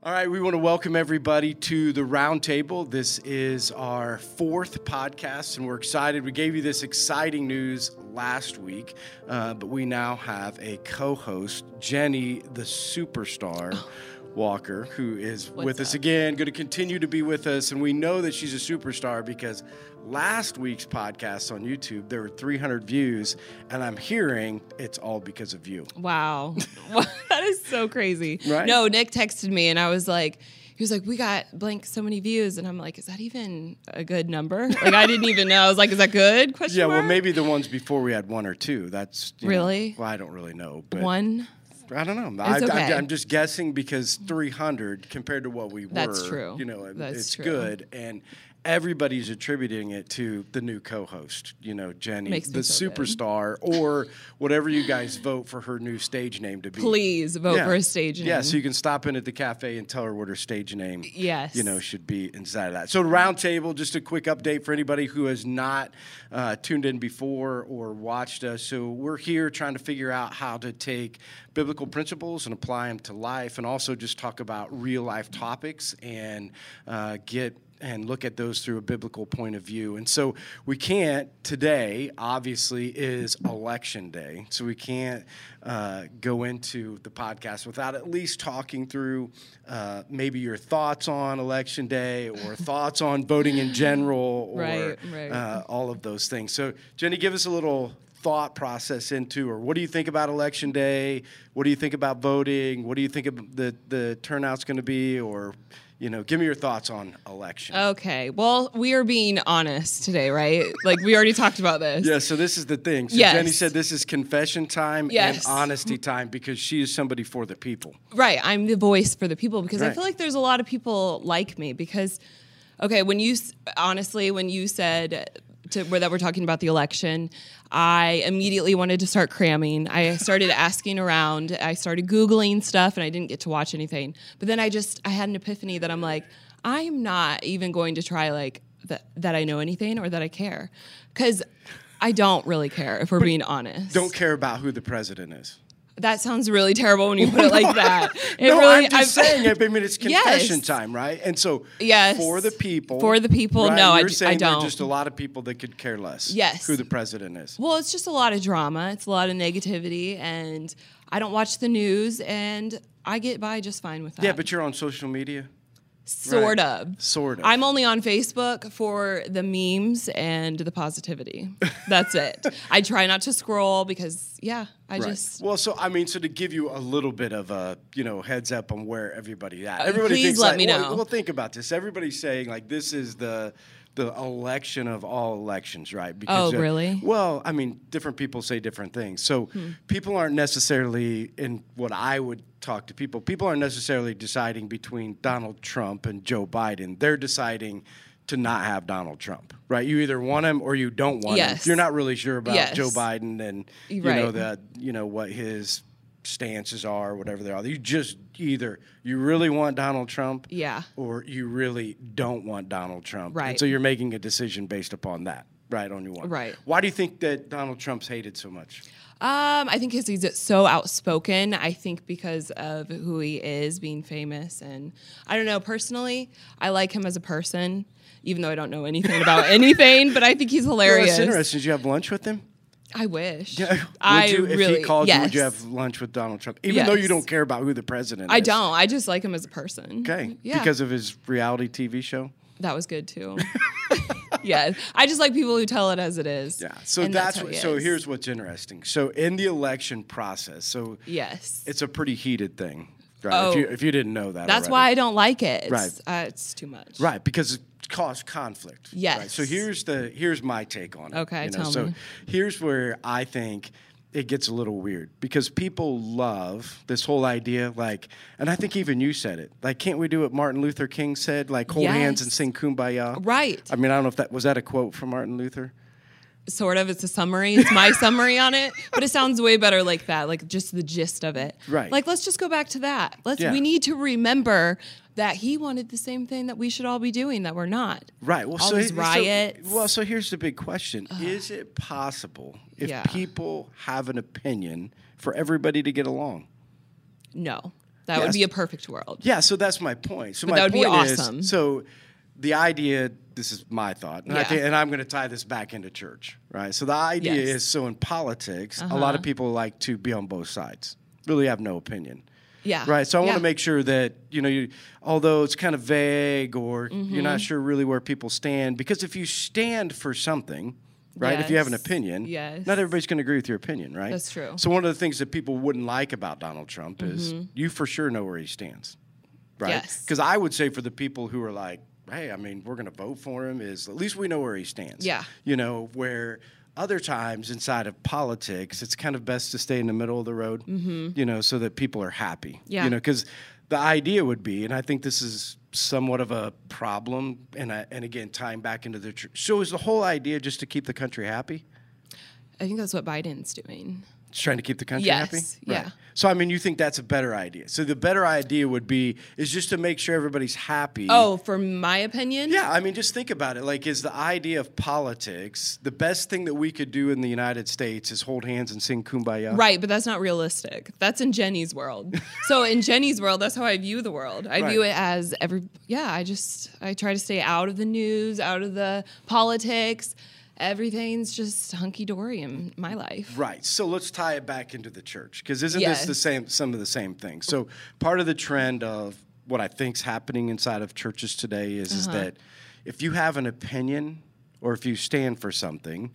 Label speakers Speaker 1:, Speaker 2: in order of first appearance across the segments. Speaker 1: All right, we want to welcome everybody to the roundtable. This is our fourth podcast, and we're excited. We gave you this exciting news last week, uh, but we now have a co host, Jenny the Superstar. Walker, who is
Speaker 2: Oh. What's
Speaker 1: with us
Speaker 2: up?
Speaker 1: again, going to continue to be with us. And we know that she's a superstar because last week's podcast on YouTube, there were 300 views. And I'm hearing it's all because of you.
Speaker 2: Wow. that is so crazy.
Speaker 1: Right?
Speaker 2: No, Nick texted me and I was like, he was like, we got blank so many views. And I'm like, is that even a good number? Like, I didn't even know. I was like, is that good? Question
Speaker 1: Yeah, well,
Speaker 2: mark?
Speaker 1: maybe the ones before we had one or two. That's you know,
Speaker 2: Really?
Speaker 1: well, I don't really know, but
Speaker 2: One.
Speaker 1: I don't know. I,
Speaker 2: It's okay.
Speaker 1: I, am just guessing because 300 compared to what we were.
Speaker 2: That's true.
Speaker 1: You know, it-
Speaker 2: That's
Speaker 1: it's
Speaker 2: true.
Speaker 1: good, and everybody's attributing it to the new co-host. You know, Jenny,
Speaker 2: Makes me
Speaker 1: the
Speaker 2: feel good.
Speaker 1: superstar, or whatever you guys vote for her new stage name to be.
Speaker 2: Please vote
Speaker 1: Yeah.
Speaker 2: for a stage name.
Speaker 1: Yeah, so you can stop in at the cafe and tell her what her stage name,
Speaker 2: Yes.
Speaker 1: you know, should be inside of that. So the roundtable, just a quick update for anybody who has not uh, tuned in before or watched us. So we're here trying to figure out how to take biblical principles and apply them to life, and also just talk about real life topics and uh, get and look at those through a biblical point of view. And so we can't today, obviously, is election day. So we can't uh, go into the podcast without at least talking through uh, maybe your thoughts on election day or thoughts on voting in general or
Speaker 2: Right, right.
Speaker 1: Uh, all of those things. So, Jenny, give us a little thought process into or what do you think about election day what do you think about voting what do you think of the, the turnout's going to be or you know give me your thoughts on election
Speaker 2: Uh, Okay. Well, we are being honest today, right? Like, we already talked about this.
Speaker 1: Yeah, so this is the thing. So
Speaker 2: Yes.
Speaker 1: Jenny said this is confession time
Speaker 2: Yes.
Speaker 1: and honesty time because she is somebody for the people.
Speaker 2: Right. I'm the voice for the people because I
Speaker 1: Right.
Speaker 2: feel like there's a lot of people like me because, okay, when you, s- honestly, when you said to, where that we're talking about the election, I immediately wanted to start cramming. I started asking around. I started Googling stuff and I didn't get to watch anything. But then I just, I had an epiphany that I'm like, I'm not even going to try like that, that I know anything or that I care because I don't really care if we're being honest.
Speaker 1: Don't care about who the president is.
Speaker 2: That sounds really terrible when you put it like that. It
Speaker 1: no, I'm
Speaker 2: really,
Speaker 1: just
Speaker 2: I've-
Speaker 1: saying. I mean, it's
Speaker 2: Yes.
Speaker 1: confession time, right? And so,
Speaker 2: Yes.
Speaker 1: for the people,
Speaker 2: For the people,
Speaker 1: right?
Speaker 2: no, I
Speaker 1: You're
Speaker 2: d- I
Speaker 1: saying there are
Speaker 2: don't.
Speaker 1: just a lot of people that could care less.
Speaker 2: Yes.
Speaker 1: who the president is.
Speaker 2: Well, it's just a lot of drama. It's a lot of negativity, and I don't watch the news, and I get by just fine with that.
Speaker 1: Yeah, but you're on social media,
Speaker 2: sort
Speaker 1: right.
Speaker 2: of.
Speaker 1: sort of.
Speaker 2: I'm only on Facebook for the memes and the positivity. That's it. I try not to scroll because, yeah, I
Speaker 1: Right.
Speaker 2: just
Speaker 1: well, so I mean, so to give you a little bit of a you know heads up on where everybody at.
Speaker 2: Uh,
Speaker 1: Everybody
Speaker 2: please
Speaker 1: thinks
Speaker 2: let
Speaker 1: like,
Speaker 2: me
Speaker 1: well,
Speaker 2: know.
Speaker 1: well, think about this. Everybody's saying like this is the the election of all elections, right? Because uh,
Speaker 2: Oh, really? Hmm.
Speaker 1: Well, I mean, different people say different things. So people aren't necessarily in what I would talk to people. People aren't necessarily deciding between Donald Trump and Joe Biden. They're deciding to not have Donald Trump, right? You either want him or you don't want him.
Speaker 2: Yes.
Speaker 1: You're not really sure about
Speaker 2: Yes.
Speaker 1: Joe Biden and you know
Speaker 2: Right.
Speaker 1: the uh, you know what his stances are, whatever they are. You just either you really want Donald Trump,
Speaker 2: Yeah.
Speaker 1: or you really don't want Donald Trump, And
Speaker 2: Right.
Speaker 1: so you're making a decision based upon that, right? On your one,
Speaker 2: Right.
Speaker 1: Why do you think that Donald Trump's hated so much?
Speaker 2: Um, I think because he's so outspoken. I think because of who he is, being famous, and I don't know. Personally, I like him as a person, even though I don't know anything about anything. But I think he's
Speaker 1: Well, that's
Speaker 2: hilarious.
Speaker 1: interesting. Did you have lunch with him?
Speaker 2: I wish.
Speaker 1: would
Speaker 2: I
Speaker 1: you,
Speaker 2: really.
Speaker 1: if he called
Speaker 2: yes.
Speaker 1: you, would you have lunch with Donald Trump, even though you
Speaker 2: Yes.
Speaker 1: don't care about who the president?
Speaker 2: I
Speaker 1: is?
Speaker 2: don't. I just like him as a person.
Speaker 1: Okay,
Speaker 2: Yeah.
Speaker 1: because of his reality TV show.
Speaker 2: that was good too. yes. I just like people who tell it as it is.
Speaker 1: Yeah. So
Speaker 2: and
Speaker 1: that's,
Speaker 2: how
Speaker 1: what,
Speaker 2: he
Speaker 1: so
Speaker 2: is.
Speaker 1: here's what's interesting. So in the election process, so
Speaker 2: Yes.
Speaker 1: it's a pretty heated thing, right? If,
Speaker 2: Oh.
Speaker 1: you, if you didn't know that,
Speaker 2: That's
Speaker 1: already.
Speaker 2: why I don't like it. It's,
Speaker 1: Right.
Speaker 2: Uh, it's too much.
Speaker 1: Right, because it caused conflict. right?
Speaker 2: Yes.
Speaker 1: So here's the here's my take on it.
Speaker 2: Okay, tell
Speaker 1: so
Speaker 2: me.
Speaker 1: here's where I think it gets a little weird because people love this whole idea, like, and I think even you said it. Like, can't we do what Martin Luther King said? Like, hold hands and
Speaker 2: Yes.
Speaker 1: sing "Kumbaya."
Speaker 2: Right.
Speaker 1: I mean, I don't know if that was that a quote from Martin Luther.
Speaker 2: sort of it's a summary it's my summary on it but it sounds way better like that like just the gist of it
Speaker 1: Right.
Speaker 2: like let's just go back to that let's
Speaker 1: Yeah.
Speaker 2: we need to remember that he wanted the same thing that we should all be doing that we're not
Speaker 1: Right. Well,
Speaker 2: all
Speaker 1: so
Speaker 2: these
Speaker 1: so-
Speaker 2: riots
Speaker 1: well, so here's the big question: Is it possible if
Speaker 2: Yeah.
Speaker 1: people have an opinion for everybody to get along?
Speaker 2: no That would
Speaker 1: Yes.
Speaker 2: be a perfect world.
Speaker 1: Yeah, so that's my point. So
Speaker 2: But
Speaker 1: my
Speaker 2: that would be
Speaker 1: point
Speaker 2: awesome.
Speaker 1: is, so the idea. This is my thought, and, I
Speaker 2: Yeah.
Speaker 1: think, and I'm going to tie this back into church, right? So the idea
Speaker 2: Yes. Uh-huh.
Speaker 1: is, so in politics, a lot of people like to be on both sides. Really have no opinion.
Speaker 2: Yeah.
Speaker 1: Right. So I want
Speaker 2: Yeah.
Speaker 1: to make sure that, you know, you, although it's kind of vague or you're
Speaker 2: Mm-hmm.
Speaker 1: not sure really where people stand, because if you stand for something, right, if you have an
Speaker 2: Yes.
Speaker 1: opinion,
Speaker 2: Yes.
Speaker 1: not everybody's going to agree with your opinion, right?
Speaker 2: That's true. Mm-hmm.
Speaker 1: So one of the things that people wouldn't like about Donald Trump is you for sure know where he stands, right?
Speaker 2: Yes.
Speaker 1: Because I would say for the people who are like, hey, I mean, we're going to vote for him, is at least we know where he stands.
Speaker 2: Yeah.
Speaker 1: You know, where other times inside of politics, it's kind of best to stay in the middle of the road, you know, so that people are happy.
Speaker 2: Mm-hmm. Yeah.
Speaker 1: You know, because the idea would be, and I think this is somewhat of a problem, and I, and again, tying back into the tr- so is the whole idea just to keep the country happy?
Speaker 2: I think that's what Biden's doing.
Speaker 1: It's trying to keep the country
Speaker 2: Yes,
Speaker 1: happy.
Speaker 2: yeah.
Speaker 1: So I mean, you think that's a better idea? So the better idea would be is just to make sure everybody's happy.
Speaker 2: Oh, for my opinion?
Speaker 1: Yeah, I mean, just think about it. Like, is the idea of politics the best thing that we could do in the United States is hold hands and sing "Kumbaya"?
Speaker 2: Right, but that's not realistic. That's in Jenny's world. so in Jenny's world, that's how I view the world. I view
Speaker 1: Right.
Speaker 2: it as every yeah, I just I try to stay out of the news, out of the politics. Everything's just hunky dory in my life.
Speaker 1: Right. So let's tie it back into the church because isn't this the
Speaker 2: Yes.
Speaker 1: same? Some of the same things. So part of the trend of what I think's happening inside of churches today is is
Speaker 2: Uh-huh.
Speaker 1: that if you have an opinion or if you stand for something,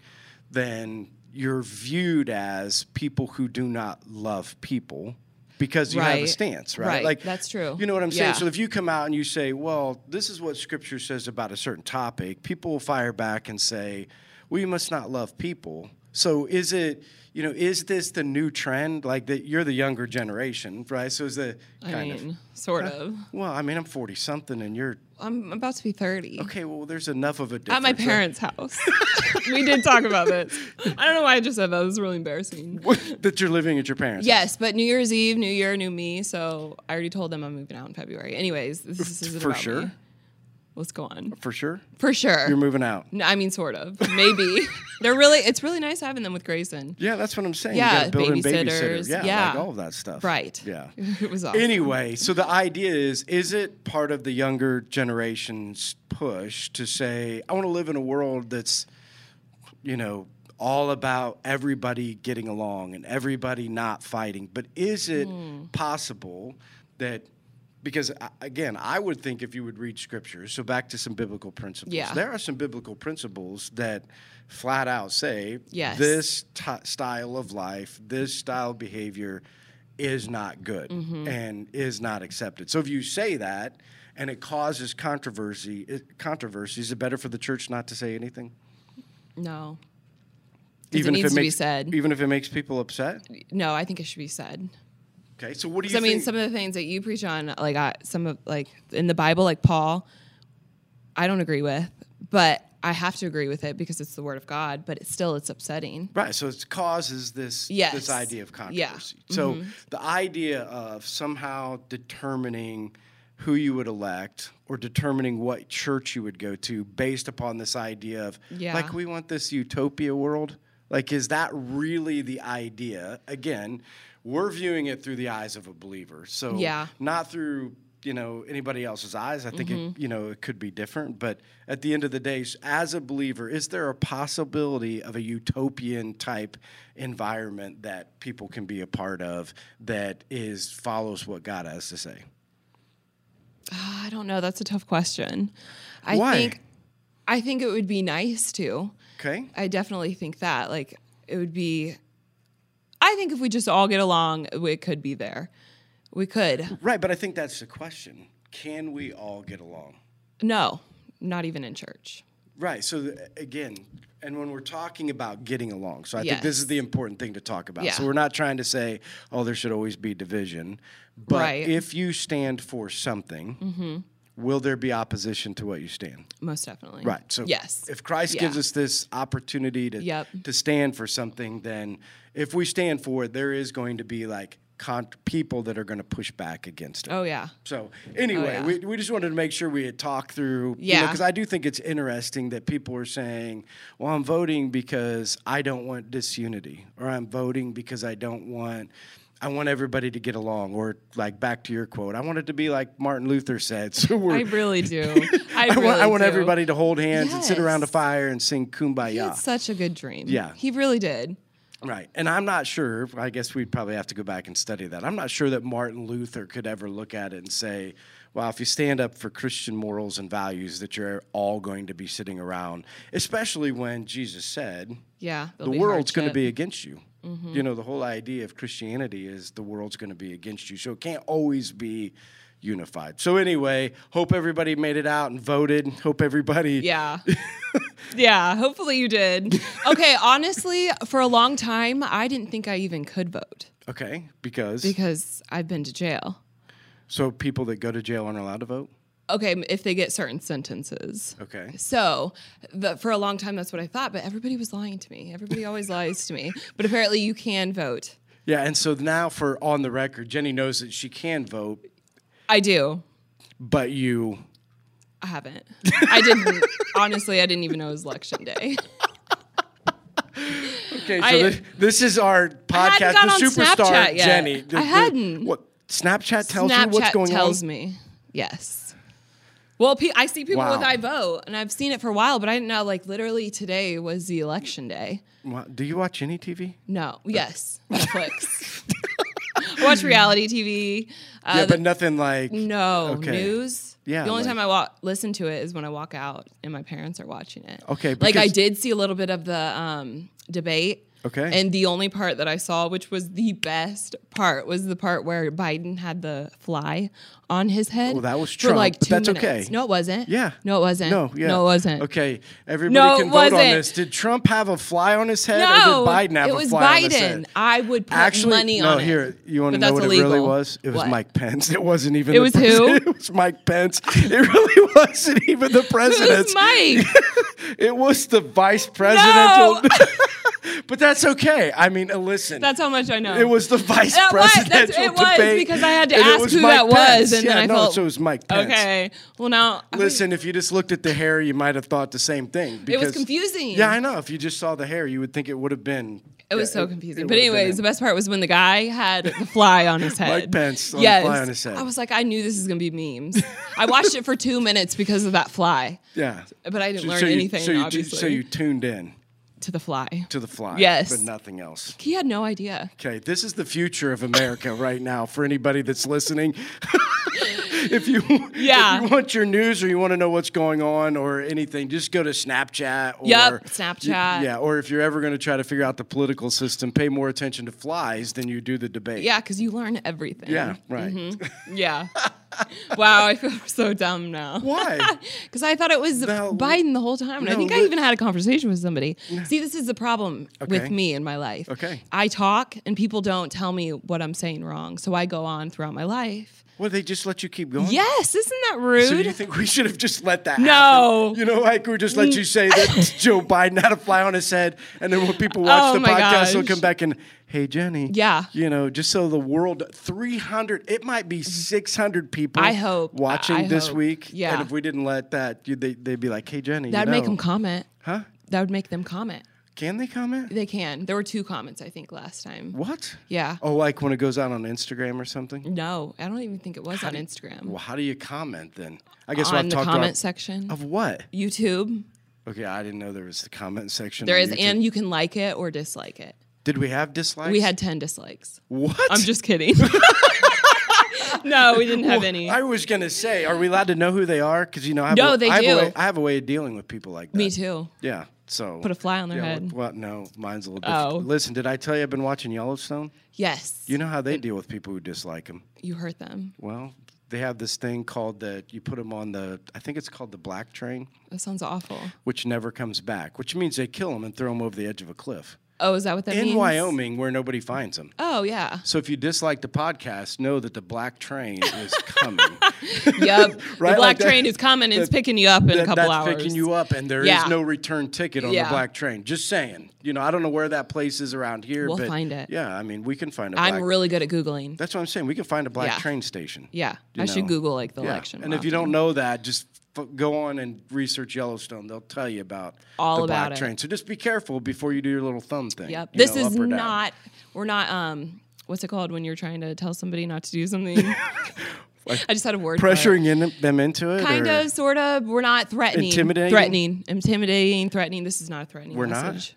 Speaker 1: then you're viewed as people who do not love people because you have a
Speaker 2: Right.
Speaker 1: stance, right?
Speaker 2: Right. That's true.
Speaker 1: You know what I'm saying?
Speaker 2: Yeah.
Speaker 1: So if you come out and you say, "Well, this is what Scripture says about a certain topic," people will fire back and say, "Well, you must not love people." So is it, you know, is this the new trend? Like that you're the younger generation, right? So is the kind
Speaker 2: I mean, sort of.
Speaker 1: of. Well, I mean, I'm 40 something, and you're
Speaker 2: I'm about to be 30.
Speaker 1: okay. Well, there's enough of a difference.
Speaker 2: At my
Speaker 1: right?
Speaker 2: parents' house. we did talk about this. I don't know why I just said that. This is really embarrassing.
Speaker 1: that you're living at your parents.
Speaker 2: Yes, but New Year's Eve, New Year, New Me. So I already told them I'm moving out in February. Anyways, this, is- this isn't
Speaker 1: For
Speaker 2: about
Speaker 1: sure.
Speaker 2: me. Let's go on.
Speaker 1: for sure.
Speaker 2: For sure.
Speaker 1: You're moving out.
Speaker 2: No, I mean, sort of. Maybe they're really. It's really nice having them with Grayson.
Speaker 1: Yeah, that's what I'm saying.
Speaker 2: Yeah,
Speaker 1: you gotta build in
Speaker 2: babysitters,
Speaker 1: babysitter. Yeah,
Speaker 2: yeah.
Speaker 1: like all of that stuff.
Speaker 2: Right.
Speaker 1: Yeah.
Speaker 2: It was awesome.
Speaker 1: Anyway, so the idea is is it part of the younger generation's push to say, I want to live in a world that's, you know, all about everybody getting along and everybody not fighting? But is it
Speaker 2: Hmm.
Speaker 1: possible that? Because a- again, I would think if you would read scripture, so back to some biblical principles.
Speaker 2: Yeah.
Speaker 1: There are some biblical principles that flat out say
Speaker 2: Yes.
Speaker 1: this t- style of life, this style of behavior is not good
Speaker 2: Mm-hmm.
Speaker 1: and is not accepted. So if you say that and it causes controversy, it, controversy, is it better for the church not to say anything?
Speaker 2: No, 'Cause it needs
Speaker 1: if
Speaker 2: to be
Speaker 1: makes,
Speaker 2: said.
Speaker 1: Even if it makes people upset?
Speaker 2: no, I think it should be said.
Speaker 1: Okay, so what do
Speaker 2: 'Cause
Speaker 1: you
Speaker 2: I mean,
Speaker 1: think?
Speaker 2: some of the things that you preach on, like I, some of like in the Bible, like Paul, I don't agree with, but I have to agree with it because it's the Word of God. But it's still, it's upsetting.
Speaker 1: Right, so it causes this
Speaker 2: Yes.
Speaker 1: this idea of
Speaker 2: Yeah. Mm-hmm.
Speaker 1: controversy. So the idea of somehow determining who you would elect or determining what church you would go to based upon this idea of
Speaker 2: Yeah.
Speaker 1: like we want this utopia world. Like is that really the idea? Again, we're viewing it through the eyes of a believer. So
Speaker 2: Yeah.
Speaker 1: not through you know anybody else's eyes. I think it, you know it could be different, but at the end of the day, s- as a believer, is there a possibility of a utopian type environment that people can be a part of that is follows what God has to say?
Speaker 2: I don't know. That's a tough question. I
Speaker 1: Why?
Speaker 2: think I think it would be nice to.
Speaker 1: Okay,
Speaker 2: I definitely think that. Like it would be I think if we just all get along, it could be there. We could.
Speaker 1: right, but I think that's the question: Can we all get along?
Speaker 2: No, not even in church.
Speaker 1: Right. So th- again, and when we're talking about getting along, so I think this is
Speaker 2: Yes.
Speaker 1: the important thing to talk about. So
Speaker 2: Yeah.
Speaker 1: we're not trying to say, oh, there should always be division, but
Speaker 2: Right. Mm-hmm.
Speaker 1: if you stand for something, will there be opposition to what you stand?
Speaker 2: Most definitely.
Speaker 1: Right. So
Speaker 2: yes.
Speaker 1: if Christ
Speaker 2: Yeah.
Speaker 1: gives us this opportunity to
Speaker 2: Yep.
Speaker 1: to stand for something, then if we stand for it, there is going to be like con- people that are going to push back against it.
Speaker 2: Oh yeah.
Speaker 1: So anyway,
Speaker 2: Oh,
Speaker 1: we,
Speaker 2: yeah.
Speaker 1: we just wanted to make sure we had talked through,
Speaker 2: Yeah.
Speaker 1: because I do think it's interesting that people are saying, "Well, I'm voting because I don't want disunity, or I'm voting because I don't want." I want everybody to get along, or like back to your quote, I want it to be like Martin Luther said. So we're,
Speaker 2: I really do.
Speaker 1: I
Speaker 2: I, really
Speaker 1: want, I want
Speaker 2: do.
Speaker 1: everybody to hold hands and sit around a
Speaker 2: Yes.
Speaker 1: fire and sing
Speaker 2: He
Speaker 1: "Kumbaya."
Speaker 2: had such a good dream.
Speaker 1: Yeah.
Speaker 2: He really did.
Speaker 1: Right. And I'm not sure, I guess we'd probably have to go back and study that. I'm not sure that Martin Luther could ever look at it and say, well, if you stand up for Christian morals and values, that you're all going to be sitting around, especially when Jesus said,
Speaker 2: Yeah.
Speaker 1: the world's going to be Mm-hmm. against you. You know, the whole idea of Christianity is the world's going to be against you. So it can't always be unified. So, anyway, hope everybody made it out and voted. Hope everybody.
Speaker 2: Yeah. yeah. Hopefully you did. Okay. Honestly, for a long time, I didn't think I even could vote
Speaker 1: Okay. Because,
Speaker 2: because I've been to jail.
Speaker 1: So people that go to jail aren't allowed to vote?
Speaker 2: Okay. If they get certain sentences.
Speaker 1: Okay.
Speaker 2: So, the, for a long time, that's what I thought, but everybody was lying to me. Everybody always lies to me. But apparently, you can vote.
Speaker 1: Yeah, and so now for on the record, Jenny knows that she can vote,
Speaker 2: I do.
Speaker 1: but you
Speaker 2: I haven't. I didn't. honestly, I didn't even know it was election day.
Speaker 1: Okay, so
Speaker 2: I-
Speaker 1: this, this is our
Speaker 2: hadn't
Speaker 1: podcast,
Speaker 2: got
Speaker 1: the
Speaker 2: on
Speaker 1: superstar
Speaker 2: Snapchat yet.
Speaker 1: Jenny.
Speaker 2: I
Speaker 1: The- the-
Speaker 2: hadn't.
Speaker 1: What Snapchat tells
Speaker 2: Snapchat
Speaker 1: you what's going
Speaker 2: tells
Speaker 1: on?
Speaker 2: me. Yes. Well, pe- I see people
Speaker 1: Wow.
Speaker 2: with I vote, and I've seen it for a while, but I didn't know. Like literally today was the election day.
Speaker 1: Wow, Do you watch any TV?
Speaker 2: No. Yes. Netflix. I watch reality TV. Uh,
Speaker 1: yeah, but nothing like
Speaker 2: no
Speaker 1: Okay.
Speaker 2: news.
Speaker 1: Yeah,
Speaker 2: The only
Speaker 1: like-
Speaker 2: time I wa- listen to it is when I walk out and my parents are watching it.
Speaker 1: Okay,
Speaker 2: Like I
Speaker 1: because-
Speaker 2: did see a little bit of the um, debate.
Speaker 1: Okay.
Speaker 2: And the only part that I saw, which was the best part, was the part where Biden had the fly on his head.
Speaker 1: Well, Oh, that was
Speaker 2: for
Speaker 1: Trump,
Speaker 2: like
Speaker 1: but
Speaker 2: two
Speaker 1: that's
Speaker 2: minutes.
Speaker 1: okay.
Speaker 2: No, it wasn't.
Speaker 1: Yeah.
Speaker 2: No, it wasn't.
Speaker 1: No, yeah.
Speaker 2: No, it wasn't.
Speaker 1: Okay, everybody
Speaker 2: No,
Speaker 1: can
Speaker 2: it
Speaker 1: vote on
Speaker 2: wasn't.
Speaker 1: this. Did Trump have a fly on his head
Speaker 2: No,
Speaker 1: or did Biden have
Speaker 2: it
Speaker 1: a
Speaker 2: was
Speaker 1: fly on his
Speaker 2: Biden.
Speaker 1: head?
Speaker 2: I would put
Speaker 1: Actually,
Speaker 2: money
Speaker 1: no,
Speaker 2: on it.
Speaker 1: here, you want to
Speaker 2: But
Speaker 1: know
Speaker 2: that's
Speaker 1: what
Speaker 2: illegal.
Speaker 1: it really was? It was
Speaker 2: What?
Speaker 1: Mike Pence. It wasn't even
Speaker 2: It
Speaker 1: the
Speaker 2: was
Speaker 1: pres-
Speaker 2: who?
Speaker 1: It was Mike Pence. It really wasn't even the president.
Speaker 2: Who's Mike?
Speaker 1: It was the vice presidential.
Speaker 2: no,
Speaker 1: But that's okay. I mean, uh, listen.
Speaker 2: that's how much I know.
Speaker 1: it was the vice
Speaker 2: That was- that's-
Speaker 1: presidential
Speaker 2: it was,
Speaker 1: debate,
Speaker 2: because I had to
Speaker 1: and it
Speaker 2: ask
Speaker 1: was
Speaker 2: who
Speaker 1: Mike
Speaker 2: that was,
Speaker 1: Pence.
Speaker 2: and then
Speaker 1: Yeah,
Speaker 2: I
Speaker 1: no,
Speaker 2: felt-
Speaker 1: so it was Mike Pence.
Speaker 2: okay. Well, now I mean,
Speaker 1: Listen, if you just looked at the hair, you might have thought the same thing.
Speaker 2: it was
Speaker 1: because-
Speaker 2: confusing.
Speaker 1: Yeah, I know. If you just saw the hair, you would think it would have been.
Speaker 2: It was
Speaker 1: yeah,
Speaker 2: so
Speaker 1: it
Speaker 2: confusing.
Speaker 1: would
Speaker 2: but
Speaker 1: have been
Speaker 2: anyways,
Speaker 1: him.
Speaker 2: the best part was when the guy had the fly on his head.
Speaker 1: Pence on the fly on his head.
Speaker 2: I was like, I knew this is gonna be memes. I watched it for two minutes because of that fly,
Speaker 1: yeah.
Speaker 2: but I didn't learn
Speaker 1: you-
Speaker 2: anything
Speaker 1: so you, tu-
Speaker 2: obviously
Speaker 1: so you tuned in
Speaker 2: to the fly.
Speaker 1: to the fly.
Speaker 2: Yes.
Speaker 1: But nothing else.
Speaker 2: He had no idea.
Speaker 1: Okay, this is the future of America right now for anybody that's listening. if you
Speaker 2: Yeah.
Speaker 1: if you want your news or you want to know what's going on or anything, just go to Snapchat or
Speaker 2: Yep, Snapchat.
Speaker 1: Y- yeah, or if you're ever going to try to figure out the political system, pay more attention to flies than you do the debate.
Speaker 2: Yeah, Mm-hmm. because you learn everything.
Speaker 1: Yeah, right.
Speaker 2: Yeah. wow, I feel so dumb now.
Speaker 1: Why?
Speaker 2: Because I thought it was
Speaker 1: No,
Speaker 2: Biden the whole time. And I
Speaker 1: no,
Speaker 2: think I
Speaker 1: li-
Speaker 2: even had a conversation with somebody. See, this is the problem with
Speaker 1: Okay.
Speaker 2: me in my life.
Speaker 1: Okay.
Speaker 2: I talk and people don't tell me what I'm saying wrong. So I go on throughout my life.
Speaker 1: Well, they just let you keep going.
Speaker 2: Yes, isn't that rude?
Speaker 1: So do you think we should have just let that
Speaker 2: No. Mm.
Speaker 1: happen? You know, like we just let you say that Joe Biden had a fly on his head, and then when people watch
Speaker 2: Oh
Speaker 1: the
Speaker 2: my
Speaker 1: podcast, they'll
Speaker 2: gosh.
Speaker 1: come back and, hey, Jenny.
Speaker 2: Yeah.
Speaker 1: You know, just so the world, 300, it might be 600 people
Speaker 2: Mm-hmm. I hope.
Speaker 1: watching
Speaker 2: I
Speaker 1: this
Speaker 2: hope.
Speaker 1: week.
Speaker 2: Yeah.
Speaker 1: And if we didn't let that, you, they, they'd be like, hey, Jenny. you
Speaker 2: That'd make
Speaker 1: know-
Speaker 2: them comment.
Speaker 1: Huh?
Speaker 2: That would make them comment.
Speaker 1: Can they comment?
Speaker 2: They can. There were two comments, I think, last time.
Speaker 1: What?
Speaker 2: Yeah.
Speaker 1: Oh, like when it goes out on Instagram or something?
Speaker 2: No, I don't even think it was on Instagram.
Speaker 1: Well, how do you comment then? I guess we'll
Speaker 2: on
Speaker 1: have
Speaker 2: the
Speaker 1: talked
Speaker 2: comment
Speaker 1: about. Oh.
Speaker 2: section,
Speaker 1: Of what?
Speaker 2: YouTube.
Speaker 1: Okay, I didn't know there was the comment section.
Speaker 2: There
Speaker 1: on
Speaker 2: is,
Speaker 1: YouTube.
Speaker 2: and you can like it or dislike it.
Speaker 1: Did we have dislikes?
Speaker 2: We had 10 dislikes.
Speaker 1: What?
Speaker 2: I'm just kidding. no, we didn't have any.
Speaker 1: I was gonna say, are we allowed to know who they are? Because you know, I have
Speaker 2: No,
Speaker 1: a,
Speaker 2: they
Speaker 1: I have
Speaker 2: do.
Speaker 1: A way, I have a way of dealing with people like that.
Speaker 2: Me too.
Speaker 1: Yeah. So
Speaker 2: Put a fly on their
Speaker 1: yeah,
Speaker 2: head.
Speaker 1: Well, no, mine's a little.
Speaker 2: Oh.
Speaker 1: different. Listen, did I tell you I've been watching Yellowstone?
Speaker 2: Yes.
Speaker 1: You know how they deal with people who dislike them.
Speaker 2: You hurt them.
Speaker 1: Well, they have this thing called the. You put them on the. I think it's called the black train,
Speaker 2: That sounds awful.
Speaker 1: which never comes back. Which means they kill them and throw them over the edge of a cliff
Speaker 2: Oh, is that what that
Speaker 1: in
Speaker 2: means?
Speaker 1: Wyoming, where nobody finds them.
Speaker 2: Oh, yeah.
Speaker 1: So if you dislike the podcast, know that the black train is coming.
Speaker 2: Yep.
Speaker 1: Right,
Speaker 2: the black
Speaker 1: like that-
Speaker 2: train is coming. It's
Speaker 1: that-
Speaker 2: picking you up in a
Speaker 1: that-
Speaker 2: couple
Speaker 1: that's
Speaker 2: hours.
Speaker 1: picking you up, and there is
Speaker 2: Yeah.
Speaker 1: no return ticket on
Speaker 2: Yeah.
Speaker 1: the black train. Just saying. You know, I don't know where that place is around here.
Speaker 2: We'll
Speaker 1: but
Speaker 2: find it.
Speaker 1: Yeah, I mean, we can find a black.
Speaker 2: I'm really good at Googling.
Speaker 1: that's what I'm saying. We can find a black
Speaker 2: Yeah.
Speaker 1: train station.
Speaker 2: Yeah.
Speaker 1: You
Speaker 2: I should
Speaker 1: know.
Speaker 2: Google like the
Speaker 1: Yeah.
Speaker 2: election.
Speaker 1: And
Speaker 2: more
Speaker 1: if you
Speaker 2: often.
Speaker 1: don't know that, just f- go on and research Yellowstone. They'll tell you about
Speaker 2: All
Speaker 1: the
Speaker 2: about
Speaker 1: black
Speaker 2: it.
Speaker 1: train. So just be careful before you do your little thumb thing.
Speaker 2: Yep.
Speaker 1: you
Speaker 2: This
Speaker 1: know,
Speaker 2: is
Speaker 1: up or down.
Speaker 2: not, we're not um, what's it called when you're trying to tell somebody not to do something? I just had a word. for it.
Speaker 1: pressuring in, them into it?
Speaker 2: Kind
Speaker 1: or-
Speaker 2: of, sort of. We're not threatening.
Speaker 1: Intimidating?
Speaker 2: Threatening. Intimidating, threatening. This is not a threatening
Speaker 1: We're not?
Speaker 2: message.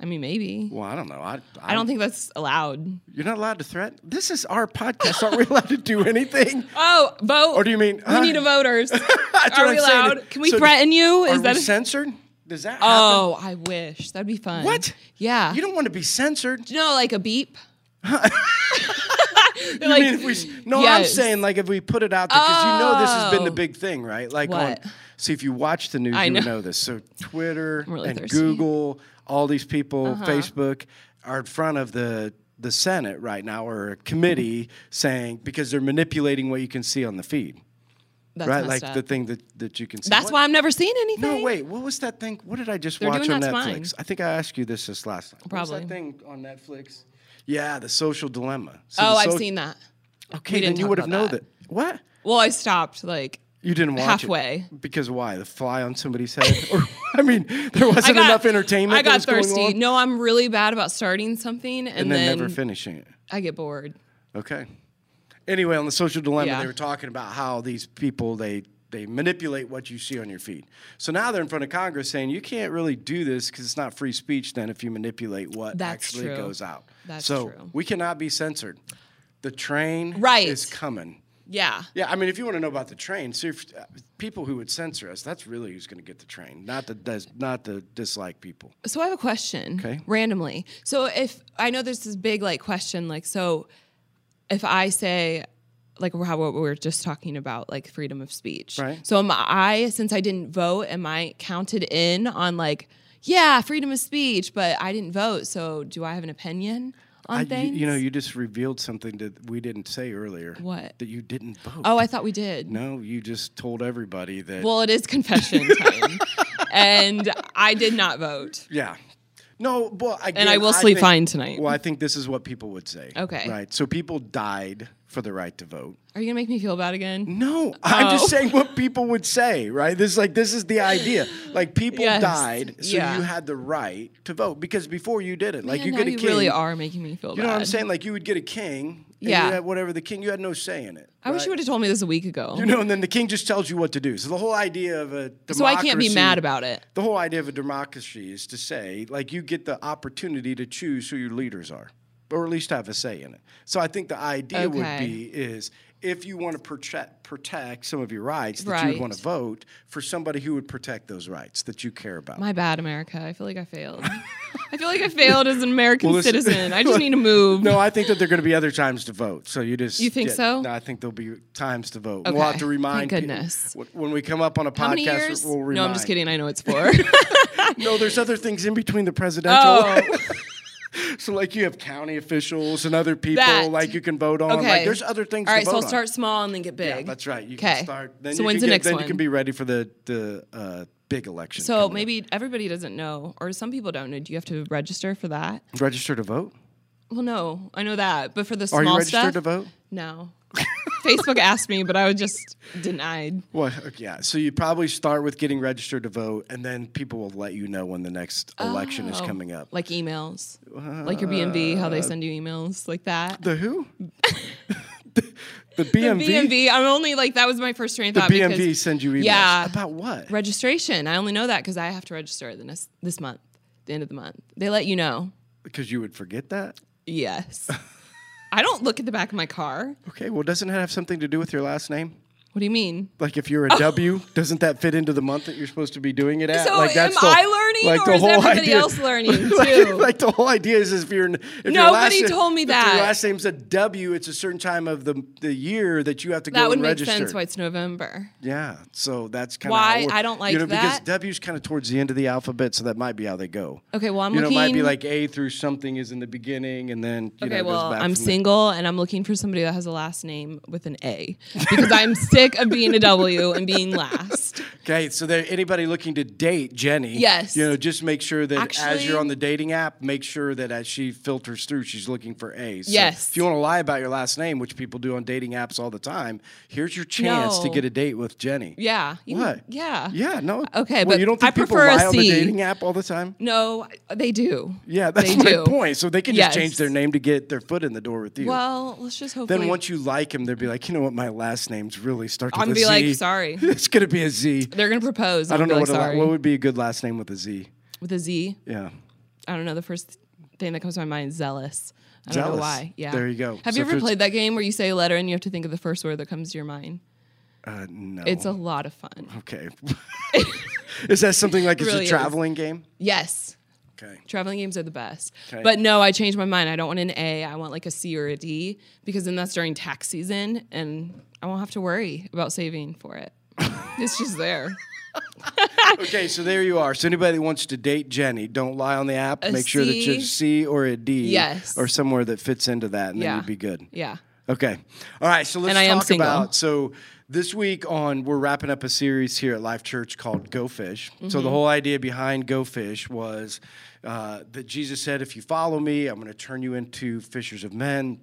Speaker 2: I mean, maybe.
Speaker 1: Well, I don't know. I,
Speaker 2: I don't think that's allowed.
Speaker 1: You're not allowed to threaten. This is our podcast. Aren't we allowed to do anything?
Speaker 2: Oh, vote.
Speaker 1: Or do you mean?
Speaker 2: We need a voters.
Speaker 1: That's
Speaker 2: Are
Speaker 1: what
Speaker 2: we
Speaker 1: I'm saying.
Speaker 2: allowed? Can we
Speaker 1: So
Speaker 2: threaten you?
Speaker 1: Are
Speaker 2: Is that
Speaker 1: we
Speaker 2: a-
Speaker 1: censored? Does that? happen?
Speaker 2: Oh, I wish. That'd be fun.
Speaker 1: What?
Speaker 2: Yeah.
Speaker 1: You don't want to be censored.
Speaker 2: You know, like a beep. They're
Speaker 1: I
Speaker 2: like,
Speaker 1: mean, if we s- no, I'm
Speaker 2: yes.
Speaker 1: saying like if we put it out there because you know this has been the
Speaker 2: Oh.
Speaker 1: big thing, right? Like,
Speaker 2: What?
Speaker 1: On, see if you watch the news,
Speaker 2: I
Speaker 1: you would
Speaker 2: know.
Speaker 1: know this. So Twitter
Speaker 2: really
Speaker 1: and
Speaker 2: thirsty. Uh-huh.
Speaker 1: Google, all these people, Facebook are in front of the the Senate right now or a committee saying because they're manipulating what you can see on the feed,
Speaker 2: that's
Speaker 1: right?
Speaker 2: messed
Speaker 1: Like
Speaker 2: up.
Speaker 1: the thing that that you can see.
Speaker 2: That's
Speaker 1: What-
Speaker 2: why I've never seen anything.
Speaker 1: No, wait. What was that thing? What did I just
Speaker 2: They're
Speaker 1: watch
Speaker 2: doing
Speaker 1: on Netflix?
Speaker 2: That's Mine.
Speaker 1: I think I asked you this this last time. What was
Speaker 2: Probably.
Speaker 1: that thing on Netflix? Yeah, the social dilemma. So
Speaker 2: Oh,
Speaker 1: the
Speaker 2: I've
Speaker 1: so-
Speaker 2: seen that.
Speaker 1: Okay,
Speaker 2: We
Speaker 1: then
Speaker 2: didn't
Speaker 1: you
Speaker 2: talk
Speaker 1: would have
Speaker 2: about
Speaker 1: known
Speaker 2: that.
Speaker 1: that. What?
Speaker 2: Well, I stopped. Like,
Speaker 1: You didn't watch it.
Speaker 2: Halfway.
Speaker 1: because why? The fly on somebody's head? or, I mean, there wasn't
Speaker 2: I got
Speaker 1: enough entertainment.
Speaker 2: I got
Speaker 1: that was going
Speaker 2: thirsty.
Speaker 1: on,
Speaker 2: No, I'm really bad about starting something and,
Speaker 1: and
Speaker 2: then,
Speaker 1: then, never finishing it.
Speaker 2: I get bored.
Speaker 1: Okay. Anyway, on the social dilemma,
Speaker 2: Yeah.
Speaker 1: they were talking about how these people they they manipulate what you see on your feed. So now they're in front of Congress saying you can't really do this because it's not free speech. Then if you manipulate what
Speaker 2: That's
Speaker 1: actually
Speaker 2: true.
Speaker 1: goes out,
Speaker 2: That's
Speaker 1: so
Speaker 2: true.
Speaker 1: we cannot be censored. The train
Speaker 2: Right.
Speaker 1: is coming.
Speaker 2: Yeah.
Speaker 1: Yeah, I mean, if you want to know about the train, so if, uh, people who would censor us, that's really who's going to get the train, not the des- not the dislike people.
Speaker 2: So I have a question.
Speaker 1: Okay.
Speaker 2: Randomly. So if I know there's this big like question, like so, if I say, like how what we were just talking about, like freedom of speech.
Speaker 1: Right.
Speaker 2: So am I since I didn't vote, am I counted in on like, yeah, freedom of speech, but I didn't vote, so do I have an opinion on
Speaker 1: I- you-
Speaker 2: things?
Speaker 1: you know, you just revealed something that we didn't say earlier.
Speaker 2: What?
Speaker 1: That you didn't vote.
Speaker 2: oh, I thought we did.
Speaker 1: No, you just told everybody that.
Speaker 2: Well, it is confession time, and I did not vote.
Speaker 1: yeah. No, well, again,
Speaker 2: I will sleep
Speaker 1: think-
Speaker 2: fine tonight.
Speaker 1: Well, I think this is what people would say.
Speaker 2: Okay.
Speaker 1: Right. So people died for the right to vote.
Speaker 2: Are you gonna make me feel bad again?
Speaker 1: No, I'm
Speaker 2: Oh.
Speaker 1: just saying what people would say, right? This is like this is the idea. Like people
Speaker 2: Yes.
Speaker 1: died, so
Speaker 2: Yeah.
Speaker 1: you had the right to vote because before you did it, like you
Speaker 2: Man,
Speaker 1: get
Speaker 2: now
Speaker 1: a
Speaker 2: you
Speaker 1: king.
Speaker 2: really are making me feel
Speaker 1: You
Speaker 2: bad.
Speaker 1: know what I'm saying? Like you would get a king. and
Speaker 2: Yeah.
Speaker 1: You had whatever the king, you had no say in it.
Speaker 2: I wish you
Speaker 1: right?
Speaker 2: would have told me this a week ago.
Speaker 1: You know, and then the king just tells you what to do. So the whole idea of a democracy,
Speaker 2: so I can't be mad about it.
Speaker 1: the whole idea of a democracy is to say, like, you get the opportunity to choose who your leaders are, or at least have a say in it. So I think the idea would
Speaker 2: Okay.
Speaker 1: be is if you want to protect protect some of your rights, that you would want to
Speaker 2: Right.
Speaker 1: vote for somebody who would protect those rights that you care about.
Speaker 2: My bad, America. I feel like I failed. I feel like I failed as an American
Speaker 1: Well, listen-
Speaker 2: citizen. I just need to move.
Speaker 1: no, I think that there are going to be other times to vote. So you just
Speaker 2: You think
Speaker 1: yeah,
Speaker 2: so?
Speaker 1: No, I think there'll be times to vote. We'll have
Speaker 2: Okay.
Speaker 1: to remind.
Speaker 2: Thank
Speaker 1: peo-
Speaker 2: goodness.
Speaker 1: wh- when we come up on a
Speaker 2: How many
Speaker 1: podcast,
Speaker 2: years?
Speaker 1: we'll remind.
Speaker 2: no, I'm just kidding. I know it's for.
Speaker 1: No, there's other things in between the presidential.
Speaker 2: oh,
Speaker 1: So like you have county officials and other people
Speaker 2: That.
Speaker 1: like you can vote on.
Speaker 2: okay.
Speaker 1: Like there's other things.
Speaker 2: All
Speaker 1: to
Speaker 2: right, so
Speaker 1: vote
Speaker 2: I'll
Speaker 1: on.
Speaker 2: start small and then get big.
Speaker 1: Yeah, that's right. You
Speaker 2: Okay.
Speaker 1: can start. Then
Speaker 2: so
Speaker 1: you
Speaker 2: when's
Speaker 1: can
Speaker 2: the
Speaker 1: get-
Speaker 2: next
Speaker 1: Then
Speaker 2: one?
Speaker 1: you can be ready for the the uh, big election.
Speaker 2: so
Speaker 1: coming up.
Speaker 2: maybe everybody doesn't know, or some people don't know. Do you have to register for that?
Speaker 1: register to vote.
Speaker 2: Well, no, I know that, but for the small
Speaker 1: Are you registered
Speaker 2: stuff,
Speaker 1: to vote?
Speaker 2: no. Facebook asked me, but I was just denied.
Speaker 1: Well, okay, yeah. So you probably start with getting registered to vote, and then people will let you know when the next election is
Speaker 2: Oh.
Speaker 1: coming up.
Speaker 2: Like emails, like your BMV, how they send you emails, like that.
Speaker 1: The who? the, the BMV.
Speaker 2: BMV. I'm only like that was my first train of
Speaker 1: The
Speaker 2: thought. because
Speaker 1: BMV send you emails
Speaker 2: Yeah.
Speaker 1: about what?
Speaker 2: registration. I only know that because I have to register the this this month, the end of the month. They let you know.
Speaker 1: Because you would forget that.
Speaker 2: Yes. I don't look at the back of my car.
Speaker 1: Okay. Well, doesn't it have something to do with your last name?
Speaker 2: What do you mean?
Speaker 1: Like if you're a W, doesn't that fit into the month that you're supposed to be doing it at?
Speaker 2: So
Speaker 1: like
Speaker 2: am I learning or is everybody else learning
Speaker 1: like,
Speaker 2: too?
Speaker 1: like the whole idea is, if you're if your last
Speaker 2: Nobody
Speaker 1: name-
Speaker 2: told me
Speaker 1: If
Speaker 2: that.
Speaker 1: your last name's a W, it's a certain time of the the year that you have to go
Speaker 2: That would
Speaker 1: and
Speaker 2: make
Speaker 1: register.
Speaker 2: sense why it's November.
Speaker 1: yeah, so that's kind of
Speaker 2: Why?
Speaker 1: How it works.
Speaker 2: I don't like
Speaker 1: you know, because
Speaker 2: that.
Speaker 1: W's kind of towards the end of the alphabet, so that might be how they go.
Speaker 2: Okay, well I'm
Speaker 1: you know,
Speaker 2: looking.
Speaker 1: it might be like A through something is in the beginning, and then you know,
Speaker 2: okay,
Speaker 1: it goes
Speaker 2: well
Speaker 1: back
Speaker 2: I'm
Speaker 1: from there.
Speaker 2: single and I'm looking for somebody that has a last name with an A because I'm sick of being a W and being last.
Speaker 1: Okay, so there, anybody looking to date Jenny,
Speaker 2: Yes.
Speaker 1: you know, just make sure that as
Speaker 2: Actually-
Speaker 1: you're on the dating app, make sure that as she filters through, she's looking for A's. So
Speaker 2: Yes.
Speaker 1: if you want to lie about your last name, which people do on dating apps all the time, here's your chance to
Speaker 2: No.
Speaker 1: get a date with Jenny.
Speaker 2: Yeah. you can-
Speaker 1: What?
Speaker 2: yeah.
Speaker 1: Yeah, no. well,
Speaker 2: Okay, but
Speaker 1: you don't
Speaker 2: I
Speaker 1: think people
Speaker 2: prefer a
Speaker 1: lie on the
Speaker 2: C.
Speaker 1: dating app all the time?
Speaker 2: No, they do.
Speaker 1: Yeah, that's
Speaker 2: They
Speaker 1: my
Speaker 2: do.
Speaker 1: point. So they can just
Speaker 2: Yes.
Speaker 1: change their name to get their foot in the door with you.
Speaker 2: Well, let's just hope.
Speaker 1: then once you like him, they'll be like, you know what, my last name's really start to
Speaker 2: I'm
Speaker 1: with
Speaker 2: gonna be like,
Speaker 1: Z.
Speaker 2: sorry.
Speaker 1: it's gonna be a Z.
Speaker 2: they're gonna propose,
Speaker 1: I
Speaker 2: I'll
Speaker 1: don't
Speaker 2: be
Speaker 1: know
Speaker 2: like,
Speaker 1: what, a, la-
Speaker 2: sorry.
Speaker 1: what would be a good last name with a Z.
Speaker 2: with a Z.
Speaker 1: Yeah.
Speaker 2: I don't know. The first thing that comes to my mind is zealous. I don't
Speaker 1: Zealous.
Speaker 2: know why. Yeah.
Speaker 1: There you go.
Speaker 2: Have
Speaker 1: So
Speaker 2: you
Speaker 1: if
Speaker 2: ever
Speaker 1: it's-
Speaker 2: played that game where you say a letter and you have to think of the first word that comes to your mind?
Speaker 1: Uh, no.
Speaker 2: It's a lot of fun.
Speaker 1: okay. is that something like it's
Speaker 2: Really
Speaker 1: a
Speaker 2: is.
Speaker 1: traveling game?
Speaker 2: Yes.
Speaker 1: Okay.
Speaker 2: Traveling games are the best.
Speaker 1: Okay.
Speaker 2: But no, I changed my mind. I don't want an A. I want like a C or a D because then that's during tax season and I won't have to worry about saving for it. it's just there.
Speaker 1: Okay, so there you are. So anybody that wants to date Jenny, don't lie on the app.
Speaker 2: A
Speaker 1: Make sure that you're
Speaker 2: C.
Speaker 1: C or a D.
Speaker 2: Yes.
Speaker 1: Or somewhere that fits into that, and then
Speaker 2: Yeah.
Speaker 1: you'd be good.
Speaker 2: Yeah.
Speaker 1: Okay. All right. So let's
Speaker 2: And I am
Speaker 1: talk
Speaker 2: single.
Speaker 1: about. So this week on, we're wrapping up a series here at Life Church called Go Fish. So the whole idea behind Go Fish was uh, that Jesus said, "If you follow me, I'm going to turn you into fishers of men."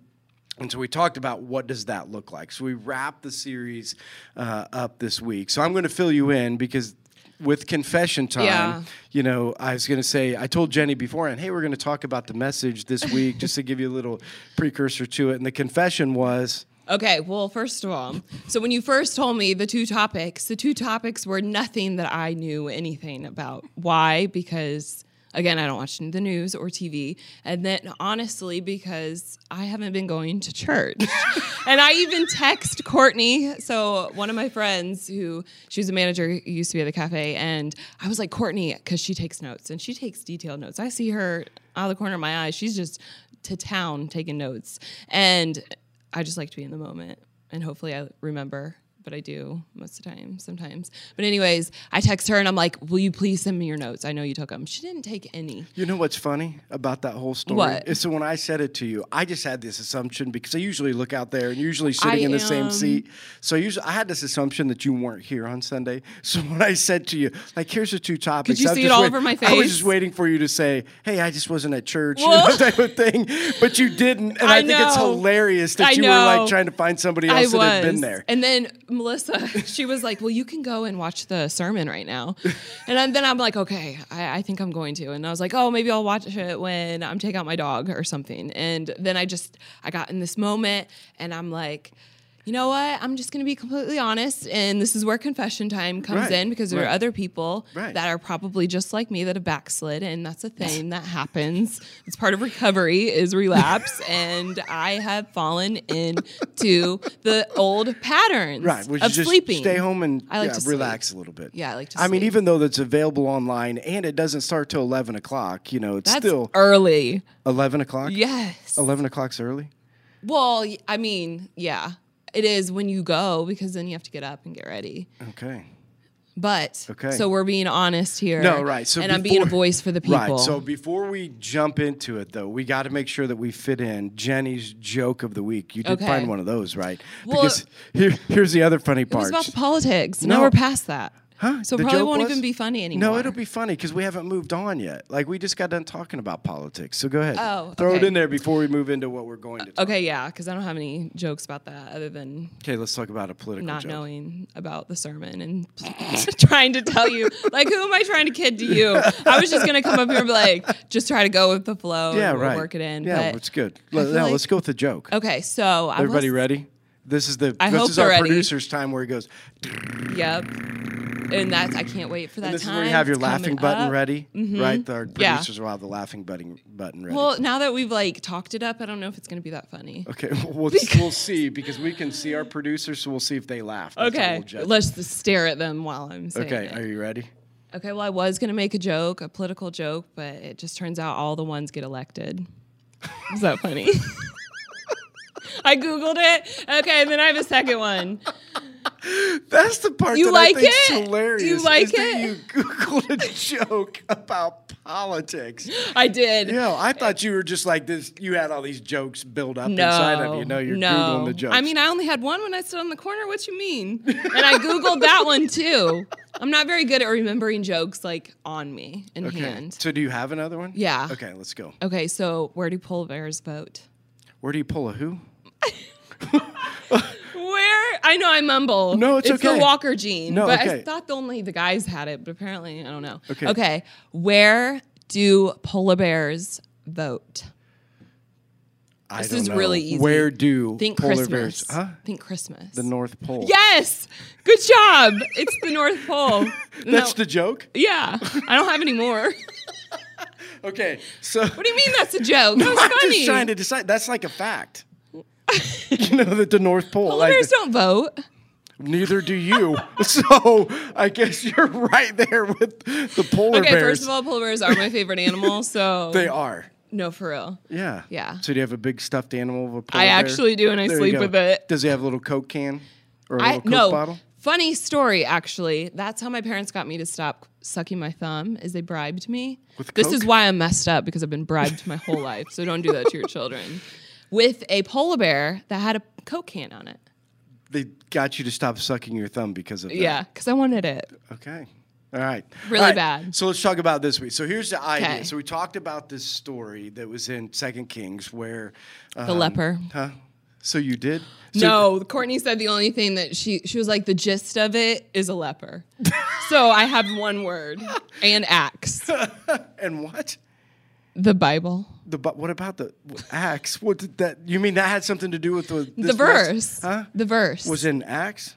Speaker 1: And so we talked about what does that look like. So we wrapped the series uh, up this week. So I'm going to fill you in because with confession time,
Speaker 2: Yeah.
Speaker 1: you know, I was going to say, I told Jenny beforehand, hey, we're going to talk about the message this week just to give you a little precursor to it. And the confession was,
Speaker 2: Okay, well, first of all, so when you first told me the two topics, the two topics were nothing that I knew anything about. Why? Because, again, I don't watch the news or TV. And then, honestly, because I haven't been going to church. and I even text Courtney. So, one of my friends who she was a manager who used to be at the cafe, and I was like, Courtney, because she takes notes and she takes detailed notes. I see her out of the corner of my eye. She's just to town taking notes. And I just like to be in the moment and hopefully I remember, but I do most of the time, sometimes. But, anyways, I text her and I'm like, Will you please send me your notes? I know you took them. She didn't take any.
Speaker 1: you know what's funny about that whole story?
Speaker 2: What?
Speaker 1: Is so when I said it to you, I just had this assumption because I usually look out there and usually sitting
Speaker 2: I
Speaker 1: in the same
Speaker 2: am-
Speaker 1: seat. So usually I had this assumption that you weren't here on Sunday. So when I said to you, like, here's the two topics.
Speaker 2: you
Speaker 1: I was
Speaker 2: see it
Speaker 1: just
Speaker 2: all
Speaker 1: wait-
Speaker 2: over my
Speaker 1: I was
Speaker 2: face?
Speaker 1: just waiting for you to say, hey, I just wasn't at church, you
Speaker 2: Well-
Speaker 1: know, type of thing. But you didn't. And I,
Speaker 2: I
Speaker 1: think it's
Speaker 2: know.
Speaker 1: hilarious that
Speaker 2: I
Speaker 1: you were
Speaker 2: know.
Speaker 1: like trying to find somebody
Speaker 2: I
Speaker 1: else
Speaker 2: was.
Speaker 1: that had been there.
Speaker 2: And then Melissa, she was like, Well, you can go and watch the sermon right now. And I'm- then I'm like, Okay, I, I think I'm going to. And I was like, Oh, maybe I'll watch it when I'm taking out my dog or something. And then I just, I got in this moment and I'm like, you know what? I'm just going to be completely honest. And this is where confession time comes
Speaker 1: Right,
Speaker 2: in because there
Speaker 1: right.
Speaker 2: are other people
Speaker 1: Right.
Speaker 2: that are probably just like me that have backslid. And that's a thing that happens. It's part of recovery is relapse. and I have fallen into the old patterns
Speaker 1: Right, which
Speaker 2: of
Speaker 1: is just
Speaker 2: sleeping.
Speaker 1: stay home and
Speaker 2: I like
Speaker 1: yeah,
Speaker 2: to sleep.
Speaker 1: relax a little bit.
Speaker 2: Yeah, I like to
Speaker 1: I mean,
Speaker 2: sleep.
Speaker 1: even though that's available online and it doesn't start till eleven o'clock, you know, it's
Speaker 2: That's
Speaker 1: still Oh.
Speaker 2: early.
Speaker 1: eleven o'clock.
Speaker 2: Yes.
Speaker 1: eleven o'clock's early.
Speaker 2: Well, y- I mean, yeah. It is when you go because then you have to get up and get ready.
Speaker 1: Okay.
Speaker 2: But
Speaker 1: Okay.
Speaker 2: so we're being honest here.
Speaker 1: No, right. So
Speaker 2: and I'm being a
Speaker 1: before-
Speaker 2: voice for the people.
Speaker 1: Right. So before we jump into it, though, we got to make sure that we fit in Jenny's joke of the week. You did
Speaker 2: Okay.
Speaker 1: find one of those, right?
Speaker 2: Well-
Speaker 1: because here, here's the other funny
Speaker 2: It
Speaker 1: part.
Speaker 2: was about the politics.
Speaker 1: No.
Speaker 2: Now we're past that.
Speaker 1: Huh?
Speaker 2: So it
Speaker 1: The
Speaker 2: probably
Speaker 1: joke
Speaker 2: won't
Speaker 1: was-
Speaker 2: even be funny anymore.
Speaker 1: No, it'll be funny because we haven't moved on yet. Like we just got done talking about politics. So go ahead.
Speaker 2: Oh,
Speaker 1: Throw it
Speaker 2: okay.
Speaker 1: in there before we move into what we're going to. talk
Speaker 2: Okay, yeah, because I don't have any jokes about that other than
Speaker 1: Okay, let's talk about a political
Speaker 2: not
Speaker 1: joke.
Speaker 2: knowing about the sermon and trying to tell you, like, who am I trying to kid to you? I was just gonna come up here and be like, just try to go with the flow.
Speaker 1: Yeah,
Speaker 2: and we'll
Speaker 1: right.
Speaker 2: Work it in.
Speaker 1: Yeah,
Speaker 2: but-
Speaker 1: it's good.
Speaker 2: I
Speaker 1: Let,
Speaker 2: feel
Speaker 1: now
Speaker 2: like-
Speaker 1: let's go with the joke.
Speaker 2: okay, so I
Speaker 1: Everybody
Speaker 2: was,
Speaker 1: ready? This is the
Speaker 2: I
Speaker 1: this
Speaker 2: hope
Speaker 1: is
Speaker 2: they're
Speaker 1: our
Speaker 2: ready.
Speaker 1: producer's time where he goes.
Speaker 2: Yep. And that's I can't wait for that
Speaker 1: This is
Speaker 2: time.
Speaker 1: where you have your
Speaker 2: It's
Speaker 1: laughing
Speaker 2: coming
Speaker 1: button
Speaker 2: up.
Speaker 1: ready,
Speaker 2: Mm-hmm.
Speaker 1: right? Our
Speaker 2: Yeah.
Speaker 1: producers will have the laughing button button ready.
Speaker 2: Well, now that we've like talked it up, I don't know if it's gonna be that funny.
Speaker 1: okay, we'll we'll see because we can see our producers, so we'll see if they laugh. That's how
Speaker 2: Okay,
Speaker 1: we'll judge.
Speaker 2: let's just stare at them while I'm saying
Speaker 1: okay,
Speaker 2: it.
Speaker 1: are you ready?
Speaker 2: Okay, well, I was going to make a joke, a political joke, but it just turns out all the ones get elected. Is that funny? I Googled it. Okay, and then I have a second one.
Speaker 1: That's the part
Speaker 2: You
Speaker 1: that
Speaker 2: like
Speaker 1: I think's
Speaker 2: it? You
Speaker 1: hilarious.
Speaker 2: like
Speaker 1: is that
Speaker 2: it?
Speaker 1: you googled a joke about politics.
Speaker 2: I did.
Speaker 1: Yeah, I thought you were just like this. You had all these jokes build up
Speaker 2: No.
Speaker 1: inside of you. No, you're
Speaker 2: no.
Speaker 1: googling the jokes.
Speaker 2: I mean, I only had one when I stood on the corner. What you mean? And I Googled that one too. I'm not very good at remembering jokes like on me in hand.
Speaker 1: So do you have another one?
Speaker 2: Yeah.
Speaker 1: Okay, let's go.
Speaker 2: Okay, so where do Pulver's boat?
Speaker 1: Where do you pull a who?
Speaker 2: Where I know I mumble.
Speaker 1: No, it's
Speaker 2: the
Speaker 1: okay.
Speaker 2: Walker gene.
Speaker 1: No,
Speaker 2: but I
Speaker 1: okay.
Speaker 2: thought only the guys had it, but apparently I don't know.
Speaker 1: Okay.
Speaker 2: Okay. Where do polar bears vote?
Speaker 1: I
Speaker 2: This
Speaker 1: don't
Speaker 2: is
Speaker 1: know.
Speaker 2: really easy.
Speaker 1: Where do
Speaker 2: Think
Speaker 1: polar
Speaker 2: Christmas.
Speaker 1: bears? Huh?
Speaker 2: Think Christmas.
Speaker 1: The North Pole.
Speaker 2: Yes. Good job. it's the North Pole.
Speaker 1: That's
Speaker 2: No,
Speaker 1: the joke.
Speaker 2: Yeah. I don't have any more.
Speaker 1: Okay, so
Speaker 2: What do you mean that's a joke? That was
Speaker 1: I'm
Speaker 2: funny.
Speaker 1: just trying to decide. That's like a fact. you know that the North Pole.
Speaker 2: Polar
Speaker 1: like,
Speaker 2: bears don't vote.
Speaker 1: neither do you. so I guess you're right there with the polar
Speaker 2: Okay,
Speaker 1: bears.
Speaker 2: first of all, polar bears are my favorite animal, so
Speaker 1: they are.
Speaker 2: no, for real.
Speaker 1: Yeah.
Speaker 2: Yeah.
Speaker 1: So do you have a big stuffed animal of a polar
Speaker 2: I
Speaker 1: bear?
Speaker 2: actually do, and I
Speaker 1: There you
Speaker 2: sleep
Speaker 1: go.
Speaker 2: with it.
Speaker 1: Does he have a little Coke can or a
Speaker 2: I
Speaker 1: little Coke
Speaker 2: no.
Speaker 1: bottle?
Speaker 2: Funny story, actually. That's how my parents got me to stop sucking my thumb. Is they bribed me.
Speaker 1: With
Speaker 2: this is
Speaker 1: Coke?
Speaker 2: why I'm messed up because I've been bribed my whole life. So don't do that to your children. With a polar bear that had a Coke can on it.
Speaker 1: They got you to stop sucking your thumb because of that.
Speaker 2: Yeah, because I wanted it.
Speaker 1: Okay. All right.
Speaker 2: Really
Speaker 1: All right.
Speaker 2: bad.
Speaker 1: So let's talk about this week. So here's the idea.
Speaker 2: Okay.
Speaker 1: So we talked about this story that was in Second Kings where uh,
Speaker 2: The leper.
Speaker 1: Huh? So you did? Um, So
Speaker 2: No, Courtney said the only thing that she she was like the gist of it is a leper. so I have one word and axe.
Speaker 1: And what?
Speaker 2: The Bible.
Speaker 1: The but what about the Acts? What did that? You mean that had something to do with the
Speaker 2: the
Speaker 1: this
Speaker 2: verse.
Speaker 1: mess- Huh?
Speaker 2: The verse.
Speaker 1: Was Mm. in Acts?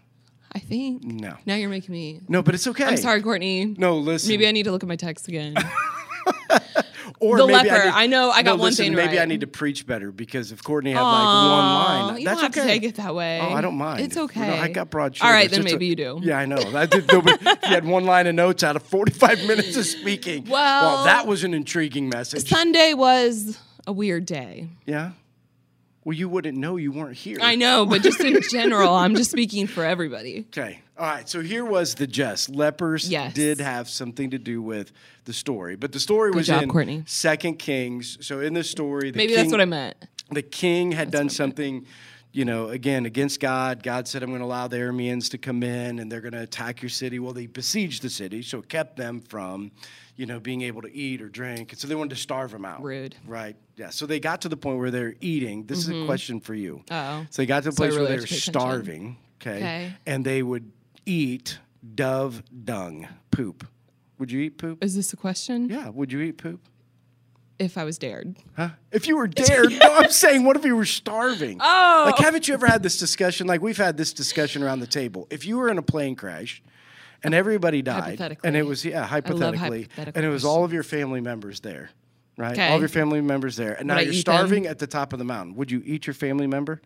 Speaker 2: I think.
Speaker 1: No.
Speaker 2: Now you're making me.
Speaker 1: No, but it's okay.
Speaker 2: I'm sorry, Courtney.
Speaker 1: No, listen.
Speaker 2: Maybe I need to look at my text again.
Speaker 1: or
Speaker 2: the
Speaker 1: maybe
Speaker 2: leper.
Speaker 1: need-
Speaker 2: I know I
Speaker 1: No,
Speaker 2: got one
Speaker 1: listen,
Speaker 2: thing
Speaker 1: Maybe I
Speaker 2: right.
Speaker 1: need to preach better because if Courtney had like one
Speaker 2: Aw,
Speaker 1: line,
Speaker 2: you
Speaker 1: that's
Speaker 2: don't have
Speaker 1: okay.
Speaker 2: to take it that way.
Speaker 1: Oh, I don't mind.
Speaker 2: It's
Speaker 1: You know,
Speaker 2: okay.
Speaker 1: I got broad shoulders.
Speaker 2: All right, then
Speaker 1: It's
Speaker 2: maybe
Speaker 1: a-
Speaker 2: you do.
Speaker 1: Yeah, I know. I did. Nobody, if you had one line of notes out of 45 minutes of speaking.
Speaker 2: Well-
Speaker 1: that was an intriguing message.
Speaker 2: Sunday was a weird day.
Speaker 1: yeah. Well, you wouldn't know you weren't here.
Speaker 2: I know, but just in general, I'm just speaking for everybody.
Speaker 1: Okay. All right. So here was the jest. Lepers
Speaker 2: Yes.
Speaker 1: did have something to do with the story, but the story was
Speaker 2: job,
Speaker 1: in
Speaker 2: Courtney.
Speaker 1: Second Kings. So in this story, the
Speaker 2: Maybe
Speaker 1: king,
Speaker 2: that's what I meant.
Speaker 1: the king had done something you know again against god god said i'm going to allow the arameans to come in and they're going to attack your city well they besieged the city so it kept them from you know being able to eat or drink and so they wanted to starve them out
Speaker 2: Rude. Mm-hmm.
Speaker 1: right yeah so they got to the point where they're eating this is a question for you
Speaker 2: Uh-oh.
Speaker 1: so they got to the
Speaker 2: So I
Speaker 1: place
Speaker 2: really
Speaker 1: where
Speaker 2: have
Speaker 1: they're
Speaker 2: to pay attention.
Speaker 1: starving okay,
Speaker 2: Okay.
Speaker 1: and they would eat dove dung poop would you eat poop
Speaker 2: Is this a question?
Speaker 1: yeah would you eat poop
Speaker 2: If I was dared.
Speaker 1: Huh? If you were dared, no, I'm saying, what if you were starving?
Speaker 2: Oh.
Speaker 1: Like, haven't you ever had this discussion? Like, we've had this discussion around the table. If you were in a plane crash and everybody died, and
Speaker 2: Hypothetically.
Speaker 1: it was, yeah, hypothetically, and it was
Speaker 2: hypotheticals.
Speaker 1: all of your family members there, right?
Speaker 2: Okay.
Speaker 1: All of your family members there. And now
Speaker 2: I
Speaker 1: you're
Speaker 2: eat them?
Speaker 1: starving at the top of the mountain. Would you eat your family member?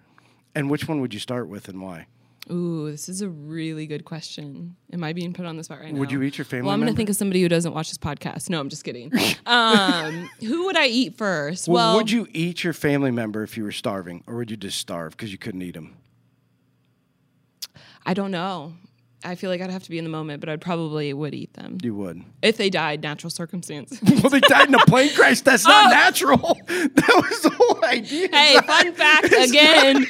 Speaker 1: And which one would you start with and why?
Speaker 2: Ooh, this is a really good question. Am I being put on the spot right now?
Speaker 1: Would you eat your family
Speaker 2: Well, I'm going to
Speaker 1: member?
Speaker 2: think of somebody who doesn't watch this podcast. No, I'm just kidding. um, who would I eat first? Well,
Speaker 1: would you eat your family member if you were starving, or would you just starve because you couldn't eat them?
Speaker 2: I don't know. I feel like I'd have to be in the moment, but I probably would eat them
Speaker 1: You would.
Speaker 2: if they died natural circumstance.
Speaker 1: Well, they died in a plane crash. That's
Speaker 2: Oh.
Speaker 1: not natural. That was the whole idea.
Speaker 2: hey, fun fact again. do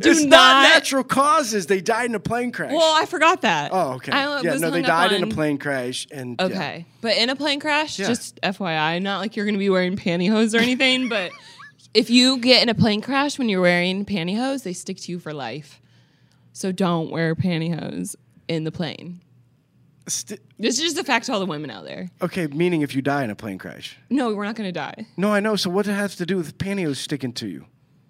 Speaker 1: it's
Speaker 2: not.
Speaker 1: not, natural causes. They died in a plane crash.
Speaker 2: well, I forgot that.
Speaker 1: oh, okay.
Speaker 2: I
Speaker 1: yeah,
Speaker 2: was
Speaker 1: no, they
Speaker 2: hung up
Speaker 1: died in a
Speaker 2: on-
Speaker 1: plane crash. And yeah.
Speaker 2: Okay, but in a plane crash,
Speaker 1: Yeah.
Speaker 2: just FYI, not like you're going to be wearing pantyhose or anything, but if you get in a plane crash when you're wearing pantyhose, they stick to you for life. So don't wear pantyhose in the plane.
Speaker 1: Sti-
Speaker 2: This is just a fact to all the women out there.
Speaker 1: okay, meaning if you die in a plane crash.
Speaker 2: No, we're not going to die.
Speaker 1: No, I know. So what does it have to do with pantyhose sticking to you?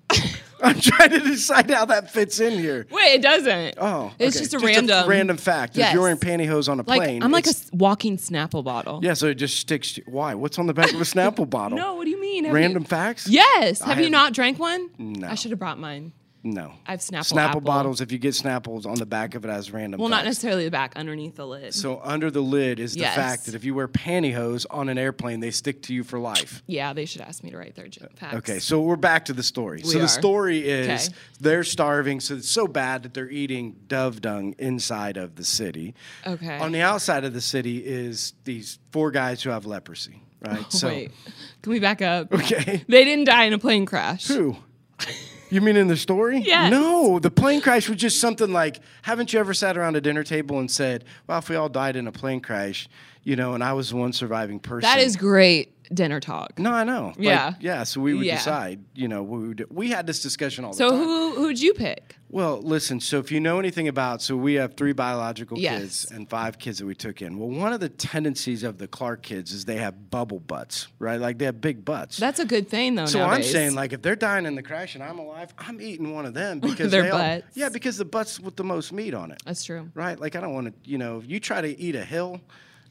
Speaker 1: I'm trying to decide how that fits in here.
Speaker 2: Wait, it doesn't.
Speaker 1: Oh,
Speaker 2: it's
Speaker 1: okay.
Speaker 2: just a random,
Speaker 1: random fact. If
Speaker 2: Yes.
Speaker 1: you're wearing pantyhose on a
Speaker 2: Like
Speaker 1: plane,
Speaker 2: I'm like a
Speaker 1: it's-
Speaker 2: s- walking Snapple bottle.
Speaker 1: yeah. So it just sticks. To you. Why? What's on the back of a Snapple bottle?
Speaker 2: No, what do you mean? Have you-
Speaker 1: Oh. Random facts?
Speaker 2: Yes. Have you
Speaker 1: have-
Speaker 2: not drank one?
Speaker 1: No.
Speaker 2: I should have brought mine.
Speaker 1: No.
Speaker 2: I have Snapple
Speaker 1: Snapple
Speaker 2: apple.
Speaker 1: bottles. If you get Snapples on the back of it has random.
Speaker 2: Well, not
Speaker 1: facts.
Speaker 2: necessarily the back, underneath the lid.
Speaker 1: So under the lid is the
Speaker 2: Yes.
Speaker 1: fact that if you wear pantyhose on an airplane, they stick to you for life.
Speaker 2: Yeah, they should ask me to write their j- facts.
Speaker 1: Okay, so we're back to the story. so the
Speaker 2: are.
Speaker 1: story is
Speaker 2: Okay.
Speaker 1: they're starving, so it's so bad that they're eating dove dung inside of the city.
Speaker 2: Okay.
Speaker 1: On the outside of the city is these four guys who have leprosy, right? so
Speaker 2: Wait, can we back up?
Speaker 1: okay,
Speaker 2: They didn't die in a plane crash.
Speaker 1: two. You mean in the story?
Speaker 2: Yes.
Speaker 1: No, the plane crash was just something like, haven't you ever sat around a dinner table and said, well, if we all died in a plane crash, you know, and I was the one surviving person.
Speaker 2: That is great dinner talk.
Speaker 1: No, I know. Like,
Speaker 2: Yeah.
Speaker 1: yeah. So we would
Speaker 2: Yeah.
Speaker 1: decide, you know, what we would do. We had this discussion all the
Speaker 2: So
Speaker 1: time.
Speaker 2: who who'd you pick?
Speaker 1: Well, listen, so if you know anything about, so we have three biological
Speaker 2: Yes.
Speaker 1: kids and five kids that we took in. Well, one of the tendencies of the Clark kids is they have bubble butts, right? Like they have big butts.
Speaker 2: That's a good thing though.
Speaker 1: so
Speaker 2: nowadays.
Speaker 1: I'm saying, like, if they're dying in the crash and I'm alive, I'm eating one of them because
Speaker 2: their
Speaker 1: they all-
Speaker 2: butts.
Speaker 1: yeah, because the butts with the most meat on it,
Speaker 2: that's true.
Speaker 1: right? Like, I don't want to, you know, if you try to eat a hill,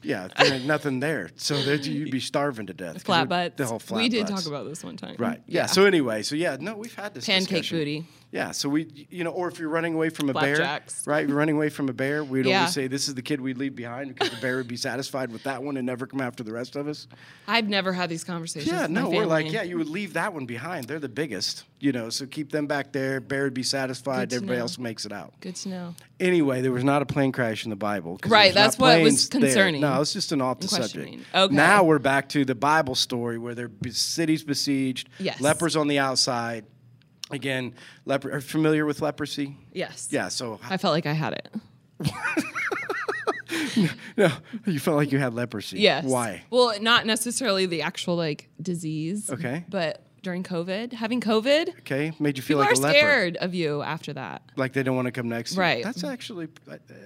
Speaker 1: yeah, there ain't nothing there, so there- you'd be starving to death. 'cause
Speaker 2: Flat
Speaker 1: we're-
Speaker 2: butts.
Speaker 1: The whole flat
Speaker 2: we did
Speaker 1: butts.
Speaker 2: talk about this one time.
Speaker 1: Right. Yeah. So anyway, so yeah, no, we've had this
Speaker 2: Pancake
Speaker 1: discussion.
Speaker 2: booty.
Speaker 1: Yeah. So we, you know, or if you're running away from a
Speaker 2: Flapjacks.
Speaker 1: bear, right? You're running away from a bear. We'd
Speaker 2: Yeah.
Speaker 1: always say this is the kid we leave behind because the bear would be satisfied with that one and never come after the rest of us.
Speaker 2: I've never had these conversations.
Speaker 1: Yeah.
Speaker 2: with my
Speaker 1: No, we're like,
Speaker 2: family.
Speaker 1: yeah, you would leave that one behind. They're the biggest, you know. So keep them back there. Bear would be satisfied.
Speaker 2: Good to
Speaker 1: Everybody
Speaker 2: know.
Speaker 1: else makes it out.
Speaker 2: Good to know.
Speaker 1: Anyway, there was not a plane crash in the Bible. 'cause
Speaker 2: Right,
Speaker 1: there not
Speaker 2: that's what was
Speaker 1: planes there.
Speaker 2: concerning
Speaker 1: No, it's just an off the
Speaker 2: and
Speaker 1: subject.
Speaker 2: questioning. Okay.
Speaker 1: Now we're back to the Bible story where there be cities besieged,
Speaker 2: Yes.
Speaker 1: lepers on the outside. Again, leper. Are you familiar with leprosy?
Speaker 2: Yes.
Speaker 1: Yeah. So
Speaker 2: I felt like I had it.
Speaker 1: no, you felt like you had leprosy.
Speaker 2: Yes.
Speaker 1: Why?
Speaker 2: Well, not necessarily the actual like disease.
Speaker 1: Okay.
Speaker 2: But during COVID, having COVID,
Speaker 1: Okay. Made you feel like
Speaker 2: people are
Speaker 1: a leper.
Speaker 2: scared of you after that.
Speaker 1: Like they don't want to come next. to you.
Speaker 2: Right.
Speaker 1: That's actually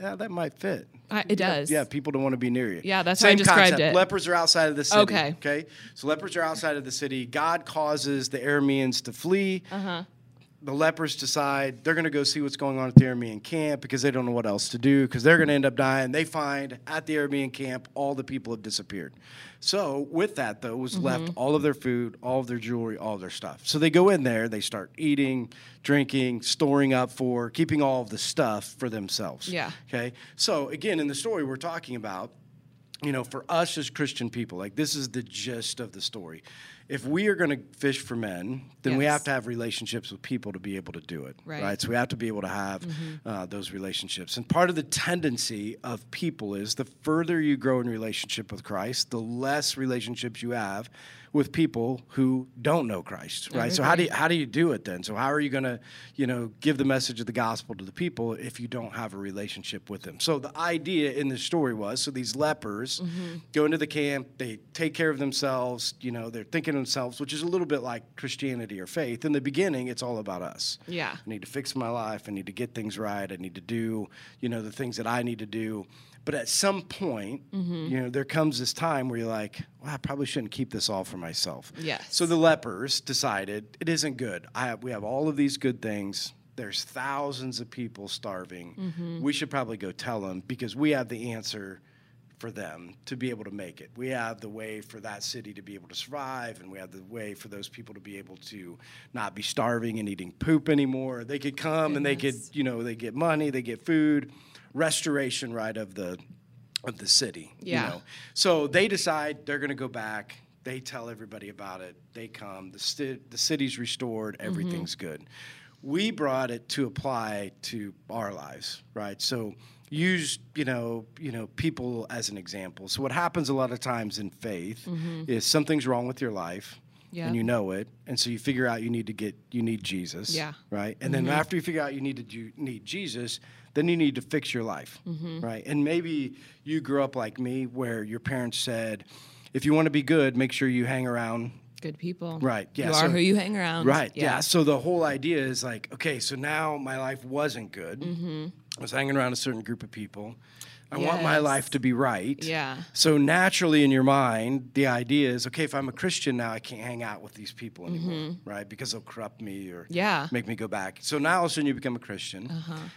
Speaker 1: yeah, that might fit.
Speaker 2: I, it does.
Speaker 1: Yeah, people don't want to be near you.
Speaker 2: Yeah, that's how I
Speaker 1: Same
Speaker 2: described
Speaker 1: concept.
Speaker 2: it.
Speaker 1: Lepers are outside of the city.
Speaker 2: Okay.
Speaker 1: Okay. So lepers are outside of the city. God causes the Arameans to flee. Uh-huh. The lepers decide they're going to go see what's going on at the Aramean camp because they don't know what else to do because they're going to end up dying. They find at the Aramean camp all the people have disappeared. So with that though was left
Speaker 2: Mm-hmm.
Speaker 1: all of their food, all of their jewelry, all of their stuff. So they go in there, they start eating, drinking, storing up for, keeping all of the stuff for themselves.
Speaker 2: Yeah.
Speaker 1: Okay. So again, in the story we're talking about, you know, for us as Christian people, like this is the gist of the story. If we are going to fish for men, then we
Speaker 2: Yes.
Speaker 1: have to have relationships with people to be able to do it.
Speaker 2: Right.
Speaker 1: So we have to be able to have uh, those relationships. And part of the tendency of people is the further you grow in relationship with Christ, the less relationships you have with people who don't know Christ. Right. So how do you, how do you do it then? So how are you going to, you know, give the message of the gospel to the people if you don't have a relationship with them? So the idea in this story was so these lepers go into the camp, they take care of themselves, you know, they're thinking of themselves, which is a little bit like Christianity or faith. In the beginning, it's all about us.
Speaker 2: Yeah.
Speaker 1: I need to fix my life. I need to get things right. I need to do, you know, the things that I need to do. But at some point, you know, there comes this time where you're like, well, I probably shouldn't keep this all for myself.
Speaker 2: Yes.
Speaker 1: So the lepers decided it isn't good. I have, we have all of these good things. There's thousands of people starving. We should probably go tell them because we have the answer for them to be able to make it. We have the way for that city to be able to survive, and we have the way for those people to be able to not be starving and eating poop anymore. They could come and they could, you know, they get money, they get food, restoration, right, of the of the city.
Speaker 2: Yeah.
Speaker 1: You know? So they decide they're going to go back. They tell everybody about it. They come. The, ci- the city's restored. Everything's good. We brought it to apply to our lives, right? So use you know you know people as an example. So what happens a lot of times in faith is something's wrong with your life,
Speaker 2: Yeah.
Speaker 1: and you know it, and so you figure out you need to get you need Jesus,
Speaker 2: Yeah. Mm-hmm.
Speaker 1: right? And then after you figure out you need to do, need Jesus, then you need to fix your life,
Speaker 2: Mm-hmm.
Speaker 1: right? And maybe you grew up like me, where your parents said, "If you want to be good, make sure you hang around."
Speaker 2: Good people.
Speaker 1: Right, yeah,
Speaker 2: You are
Speaker 1: so-
Speaker 2: who you hang around.
Speaker 1: Right. Yeah. So the whole idea is like, okay, so now my life wasn't good.
Speaker 2: Mm-hmm.
Speaker 1: I was hanging around a certain group of people. I want my
Speaker 2: Yes.
Speaker 1: life to be right.
Speaker 2: Yeah.
Speaker 1: So naturally, in your mind, the idea is, okay, if I'm a Christian now, I can't hang out with these people anymore, right? Because they'll corrupt me or
Speaker 2: Mm-hmm. Yeah. Uh-huh.
Speaker 1: make me go back. So now all of a sudden you become a Christian.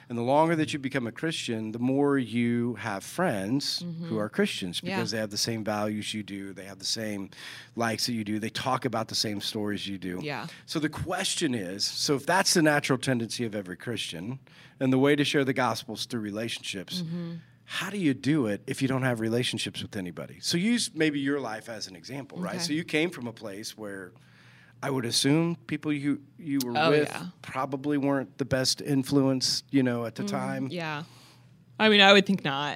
Speaker 1: And the longer that you become a Christian, the more you have friends who are Christians
Speaker 2: Mm-hmm. Yeah.
Speaker 1: because they have the same values you do, they have the same likes that you do, they talk about the same stories you do.
Speaker 2: Yeah.
Speaker 1: So the question is so if that's the natural tendency of every Christian, and the way to share the gospel is through relationships,
Speaker 2: Mm-hmm.
Speaker 1: how do you do it if you don't have relationships with anybody? So use maybe your life as an example, right?
Speaker 2: Okay.
Speaker 1: So you came from a place where I would assume people you you were
Speaker 2: Oh,
Speaker 1: with
Speaker 2: yeah. Mm-hmm.
Speaker 1: probably weren't the best influence, you know, at the time.
Speaker 2: Yeah. I mean, I would think not.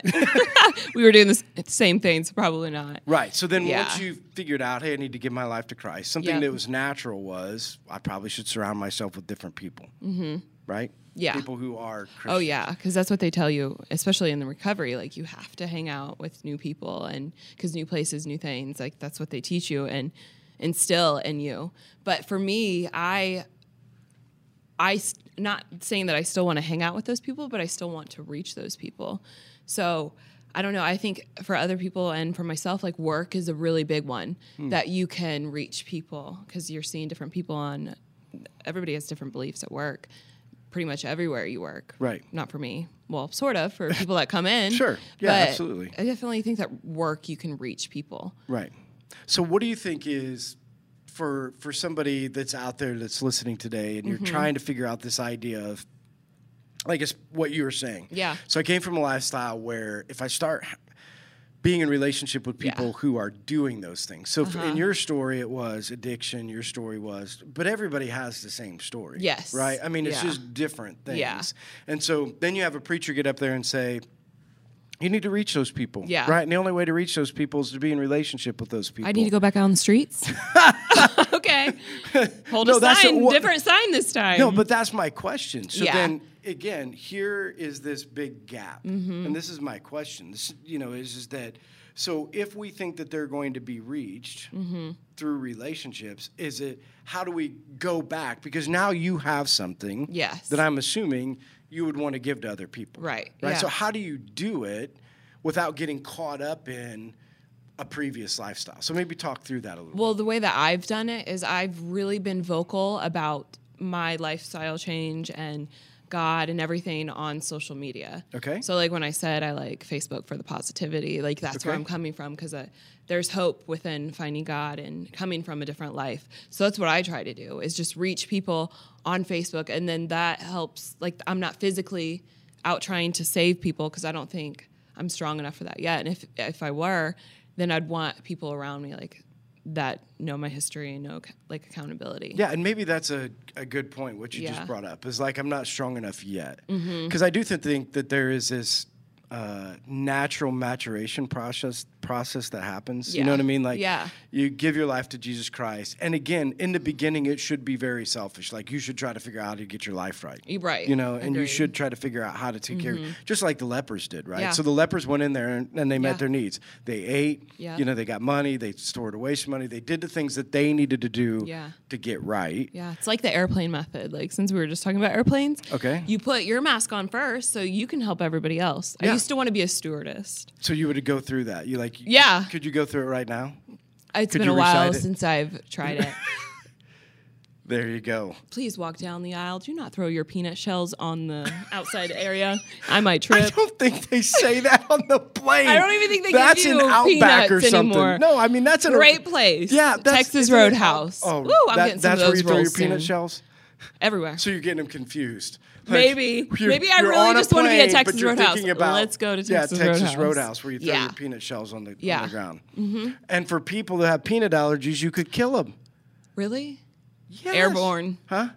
Speaker 2: we were doing the s- same things, probably not.
Speaker 1: Right. So then once
Speaker 2: Yeah.
Speaker 1: you figured out, hey, I need to give my life to Christ, something
Speaker 2: Yep.
Speaker 1: that was natural was I probably should surround myself with different people. Mm-hmm. Right?
Speaker 2: Yeah.
Speaker 1: People who are Christians.
Speaker 2: Oh yeah, because that's what they tell you, especially in the recovery. Like you have to hang out with new people, and because new places, new things. Like that's what they teach you and instill in you. But for me, I, I s- not saying that I still want to hang out with those people, but I still want to reach those people. So I don't know. I think for other people and for myself, like work is a really big one
Speaker 1: Hmm.
Speaker 2: that you can reach people because you're seeing different people on. Everybody has different beliefs at work. Pretty much everywhere you work,
Speaker 1: Right.
Speaker 2: Not for me. Well, sort of for people that come in.
Speaker 1: Sure. Yeah,
Speaker 2: But
Speaker 1: absolutely.
Speaker 2: I definitely think that work you can reach people.
Speaker 1: Right. So what do you think is for for somebody that's out there that's listening today and you're
Speaker 2: Mm-hmm.
Speaker 1: trying to figure out this idea of like it's what you were saying.
Speaker 2: Yeah.
Speaker 1: So I came from a lifestyle where if I start h- being in relationship with people who are doing those things. So f
Speaker 2: Uh-huh.
Speaker 1: in your story it was addiction, your story was but everybody has the same story.
Speaker 2: Yes.
Speaker 1: Right? I mean it's
Speaker 2: Yeah.
Speaker 1: just different things.
Speaker 2: Yeah.
Speaker 1: And so then you have a preacher get up there and say you need to reach those people.
Speaker 2: Yeah.
Speaker 1: Right. And the only way to reach those people is to be in relationship with those people.
Speaker 2: I need to go back out on the streets. okay, hold
Speaker 1: No,
Speaker 2: a
Speaker 1: that's
Speaker 2: sign,
Speaker 1: what-
Speaker 2: different sign this time.
Speaker 1: No, but that's my question. So
Speaker 2: Yeah.
Speaker 1: then again, here is this big gap.
Speaker 2: Mm-hmm.
Speaker 1: And this is my question. This you know, is is that so if we think that they're going to be reached
Speaker 2: Mm-hmm.
Speaker 1: through relationships, is it how do we go back? Because now you have something
Speaker 2: Yes.
Speaker 1: that I'm assuming you would want to give to other people.
Speaker 2: Right,
Speaker 1: Right.
Speaker 2: yeah.
Speaker 1: So how do you do it without getting caught up in a previous lifestyle? So maybe talk through that a little.
Speaker 2: Well, the way that I've done it is I've really been vocal about my lifestyle change and God and everything on social media.
Speaker 1: Okay.
Speaker 2: So like when I said I like Facebook for the positivity, like that's where
Speaker 1: Okay.
Speaker 2: I'm coming from because there's hope within finding God and coming from a different life. So that's what I try to do is just reach people on Facebook, and then that helps. Like I'm not physically out trying to save people because I don't think I'm strong enough for that yet. And if if I were, then I'd want people around me like that know my history and know ac- like accountability.
Speaker 1: Yeah, and maybe that's a, a good point, what you
Speaker 2: Yeah. Mm-hmm.
Speaker 1: just brought up is like, I'm not strong enough yet. Because I do th- think that there is this uh, natural maturation process process that happens. You know
Speaker 2: Yeah.
Speaker 1: what I mean? Like,
Speaker 2: Yeah.
Speaker 1: you give your life to Jesus Christ. And again, in the beginning, it should be very selfish. Like, you should try to figure out how to get your life right.
Speaker 2: You're right.
Speaker 1: You know, and you
Speaker 2: Agreed. Mm-hmm.
Speaker 1: should try to figure out how to take care, just like the lepers did, right?
Speaker 2: Yeah.
Speaker 1: So the lepers went in there and, and they
Speaker 2: Yeah.
Speaker 1: met their needs. They ate,
Speaker 2: Yeah.
Speaker 1: you know, they got money, they stored away some money, they did the things that they needed to do
Speaker 2: Yeah.
Speaker 1: to get right.
Speaker 2: Yeah, it's like the airplane method. Like since we were just talking about airplanes,
Speaker 1: Okay.
Speaker 2: you put your mask on first so you can help everybody else.
Speaker 1: Yeah.
Speaker 2: I used to want to be a stewardess.
Speaker 1: So you would go through that. You like
Speaker 2: Yeah.
Speaker 1: Could you go through it right now?
Speaker 2: It's
Speaker 1: Could
Speaker 2: been a
Speaker 1: you recite
Speaker 2: while
Speaker 1: it?
Speaker 2: since I've tried it.
Speaker 1: There you go.
Speaker 2: Please walk down the aisle. Do not throw your peanut shells on the outside area. I might trip.
Speaker 1: I don't think they say that on the plane.
Speaker 2: I don't even think they give
Speaker 1: that's
Speaker 2: you
Speaker 1: an outback or
Speaker 2: peanuts
Speaker 1: something.
Speaker 2: anymore.
Speaker 1: No, I mean that's an
Speaker 2: Great place.
Speaker 1: Yeah, that's,
Speaker 2: Texas
Speaker 1: isn't it-
Speaker 2: Roadhouse.
Speaker 1: Oh,
Speaker 2: Woo, I'm
Speaker 1: that-
Speaker 2: getting some
Speaker 1: that's
Speaker 2: of those
Speaker 1: where you throw your
Speaker 2: rolls
Speaker 1: peanut
Speaker 2: soon.
Speaker 1: shells.
Speaker 2: Everywhere.
Speaker 1: So you're getting them confused.
Speaker 2: Maybe.
Speaker 1: you're-
Speaker 2: Maybe I
Speaker 1: you're
Speaker 2: really
Speaker 1: on a
Speaker 2: just wanna be at
Speaker 1: plane,
Speaker 2: Texas
Speaker 1: but you're
Speaker 2: Roadhouse.
Speaker 1: thinking About,
Speaker 2: Let's go to Texas
Speaker 1: yeah, Texas
Speaker 2: Roadhouse.
Speaker 1: Roadhouse, where you throw
Speaker 2: Yeah.
Speaker 1: your peanut shells on the, on
Speaker 2: Yeah. Mm-hmm.
Speaker 1: the ground. And for people that have peanut allergies, you could kill them.
Speaker 2: Really?
Speaker 1: Yes.
Speaker 2: Airborne.
Speaker 1: Huh?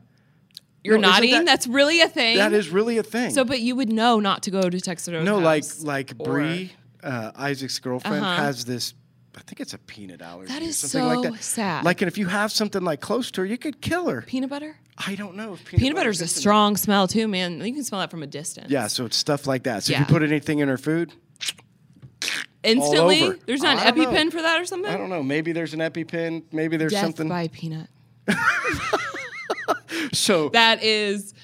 Speaker 2: You're
Speaker 1: No, isn't
Speaker 2: nodding?
Speaker 1: that-
Speaker 2: That's really a thing.
Speaker 1: That is really a thing.
Speaker 2: So, but you would know not to go to Texas Roadhouse.
Speaker 1: No, like like
Speaker 2: or-
Speaker 1: Bree, uh, Isaac's girlfriend,
Speaker 2: Uh-huh.
Speaker 1: has this. I think it's a peanut allergy.
Speaker 2: That
Speaker 1: or
Speaker 2: is
Speaker 1: something like
Speaker 2: so
Speaker 1: that.
Speaker 2: sad.
Speaker 1: Like, and if you have something like close to her, you could kill her.
Speaker 2: Peanut butter?
Speaker 1: I don't know if peanut,
Speaker 2: Peanut butter's a
Speaker 1: good for you.
Speaker 2: strong smell too, man. You can smell that from a distance.
Speaker 1: Yeah, so it's stuff like that. So if
Speaker 2: Yeah.
Speaker 1: you put anything in her food,
Speaker 2: Instantly?
Speaker 1: over.
Speaker 2: There's not
Speaker 1: I
Speaker 2: an
Speaker 1: don't know.
Speaker 2: EpiPen for that or something?
Speaker 1: I don't know. Maybe there's an EpiPen. Maybe there's
Speaker 2: Death
Speaker 1: something.
Speaker 2: by peanut.
Speaker 1: so
Speaker 2: That is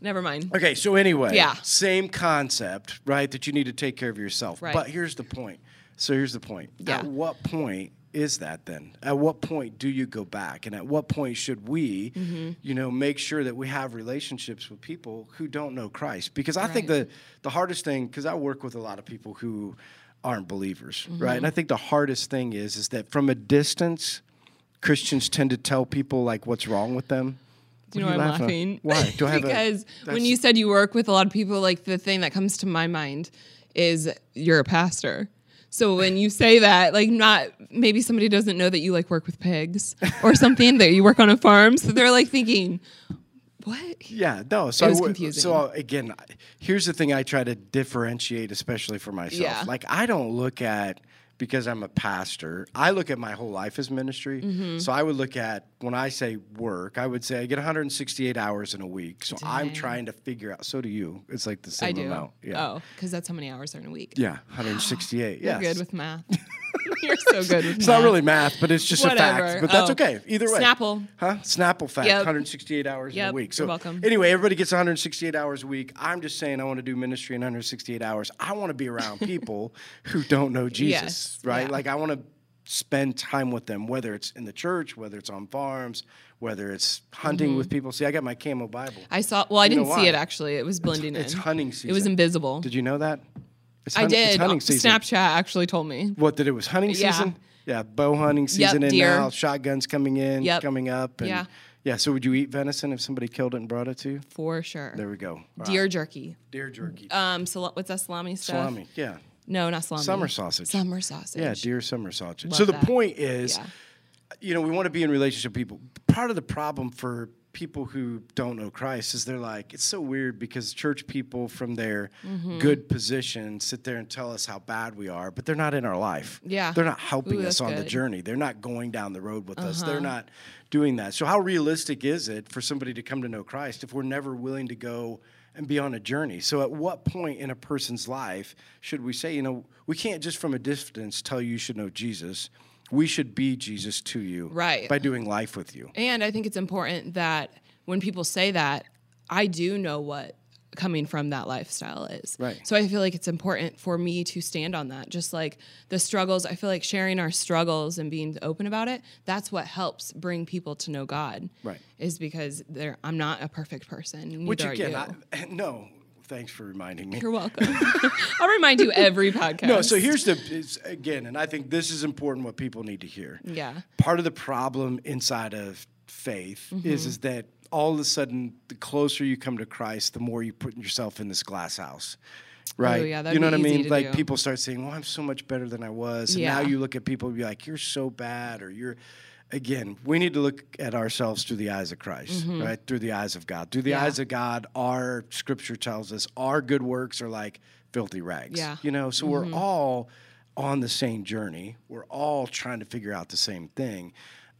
Speaker 2: never mind.
Speaker 1: Okay, so anyway,
Speaker 2: Yeah.
Speaker 1: same concept, right? That you need to take care of yourself.
Speaker 2: Right.
Speaker 1: But here's the point. So here's the point.
Speaker 2: Yeah.
Speaker 1: At what point is that then? At what point do you go back? And at what point should we,
Speaker 2: Mm-hmm.
Speaker 1: you know, make sure that we have relationships with people who don't know Christ? Because I think the the hardest thing, because I work with a lot of people who aren't believers,
Speaker 2: Mm-hmm.
Speaker 1: right? And I think the hardest thing is is that from a distance, Christians tend to tell people like what's wrong with them.
Speaker 2: Do you know
Speaker 1: What
Speaker 2: why
Speaker 1: are
Speaker 2: I'm
Speaker 1: laughing
Speaker 2: laughing?
Speaker 1: at? Why? Do I have a-
Speaker 2: because when
Speaker 1: that's-
Speaker 2: you said you work with a lot of people, like the thing that comes to my mind is you're a pastor. So when you say that, like not maybe somebody doesn't know that you like work with pigs or something that you work on a farm, so they're like thinking what?
Speaker 1: Yeah, no. So
Speaker 2: It was
Speaker 1: I would-
Speaker 2: confusing.
Speaker 1: So again, I- here's the thing I try to differentiate, especially for myself.
Speaker 2: Yeah.
Speaker 1: Like I don't look at because I'm a pastor. I look at my whole life as ministry.
Speaker 2: Mm-hmm.
Speaker 1: So I would look at when I say work, I would say I get 168 hours in a week. So I'm
Speaker 2: Dang.
Speaker 1: trying to figure out. So do you? It's like the same
Speaker 2: I do.
Speaker 1: amount. Yeah.
Speaker 2: Oh, because that's how many hours are in a week.
Speaker 1: Yeah, 168.
Speaker 2: You're
Speaker 1: Yeah.
Speaker 2: good with math. You're so good with math.
Speaker 1: It's not really math, but it's just a fact.
Speaker 2: Whatever.
Speaker 1: But that's
Speaker 2: Oh.
Speaker 1: okay. Either way.
Speaker 2: Snapple.
Speaker 1: Huh? Snapple fact.
Speaker 2: Yep.
Speaker 1: 168 hours in a
Speaker 2: Yep,
Speaker 1: week.
Speaker 2: you're welcome.
Speaker 1: Anyway, everybody gets 168 hours a week. I'm just saying I want to do ministry in 168 hours. I want to be around people who don't know Jesus,
Speaker 2: Yes,
Speaker 1: right?
Speaker 2: yeah.
Speaker 1: Like I want to spend time with them, whether it's in the church, whether it's on farms, whether it's hunting with people. See, I got my camo Bible.
Speaker 2: Mm-hmm. I saw. Well, I
Speaker 1: know
Speaker 2: didn't see it
Speaker 1: why?
Speaker 2: actually. It was blending
Speaker 1: it's
Speaker 2: in.
Speaker 1: hunting
Speaker 2: It was
Speaker 1: season.
Speaker 2: invisible.
Speaker 1: Did you know that? It's
Speaker 2: I
Speaker 1: hun- it's
Speaker 2: did. Uh, Oh,
Speaker 1: hunting season.
Speaker 2: Snapchat actually told me.
Speaker 1: What that it was hunting
Speaker 2: Yeah.
Speaker 1: season? Yeah, bow hunting season in
Speaker 2: deer.
Speaker 1: now, shotguns coming in,
Speaker 2: Yep.
Speaker 1: coming up. And
Speaker 2: Yeah.
Speaker 1: yeah, so would you eat venison if somebody killed it and brought it to you?
Speaker 2: For sure.
Speaker 1: There we go. All right.
Speaker 2: Deer jerky.
Speaker 1: Deer jerky.
Speaker 2: Um, sal- what's that salami stuff?
Speaker 1: salami. Yeah.
Speaker 2: No, not salami.
Speaker 1: Summer sausage.
Speaker 2: Summer sausage.
Speaker 1: Yeah, deer summer sausage. so the
Speaker 2: that.
Speaker 1: point is,
Speaker 2: Yeah.
Speaker 1: you know, we want to be in relationship with people. Part of the problem for people who don't know Christ is they're like, it's so weird because church people from their
Speaker 2: Mm-hmm.
Speaker 1: good position sit there and tell us how bad we are, but they're not in our life.
Speaker 2: Yeah.
Speaker 1: They're not helping
Speaker 2: Ooh,
Speaker 1: us
Speaker 2: that's
Speaker 1: on the
Speaker 2: good.
Speaker 1: journey. They're not going down the road with us. They're
Speaker 2: Uh-huh.
Speaker 1: not doing that. So how realistic is it for somebody to come to know Christ if we're never willing to go and be on a journey? So at what point in a person's life should we say, you know, we can't just from a distance tell you you should know Jesus. We should be Jesus to you
Speaker 2: Right.
Speaker 1: by doing life with you.
Speaker 2: And I think it's important that when people say that, I do know what coming from that lifestyle is.
Speaker 1: Right.
Speaker 2: So I feel like it's important for me to stand on that. Just like the struggles, I feel like sharing our struggles and being open about it, that's what helps bring people to know God.
Speaker 1: Right.
Speaker 2: Is because they're I'm not a perfect person. Neither
Speaker 1: Which
Speaker 2: are
Speaker 1: again,
Speaker 2: you.
Speaker 1: I, no, thanks for reminding me.
Speaker 2: You're welcome. I'll remind you every podcast.
Speaker 1: No, so here's the it's, again, and I think this is important what people need to hear.
Speaker 2: Yeah.
Speaker 1: Part of the problem inside of faith
Speaker 2: Mm-hmm.
Speaker 1: is is that all of a sudden the closer you come to Christ, the more you put yourself in this glass house. Right.
Speaker 2: Oh, yeah, that'd
Speaker 1: you know
Speaker 2: be
Speaker 1: what I
Speaker 2: easy
Speaker 1: mean?
Speaker 2: to
Speaker 1: Like
Speaker 2: do.
Speaker 1: people start saying, Well, I'm so much better than I was. And now
Speaker 2: Yeah.
Speaker 1: you look at people and be like, You're so bad or you're again, we need to look at ourselves through the eyes of Christ, right? Through the eyes of God. Through the
Speaker 2: Mm-hmm. Yeah.
Speaker 1: eyes of God, our scripture tells us our good works are like filthy rags.
Speaker 2: Yeah. Mm-hmm.
Speaker 1: You know, so we're all on the same journey. We're all trying to figure out the same thing.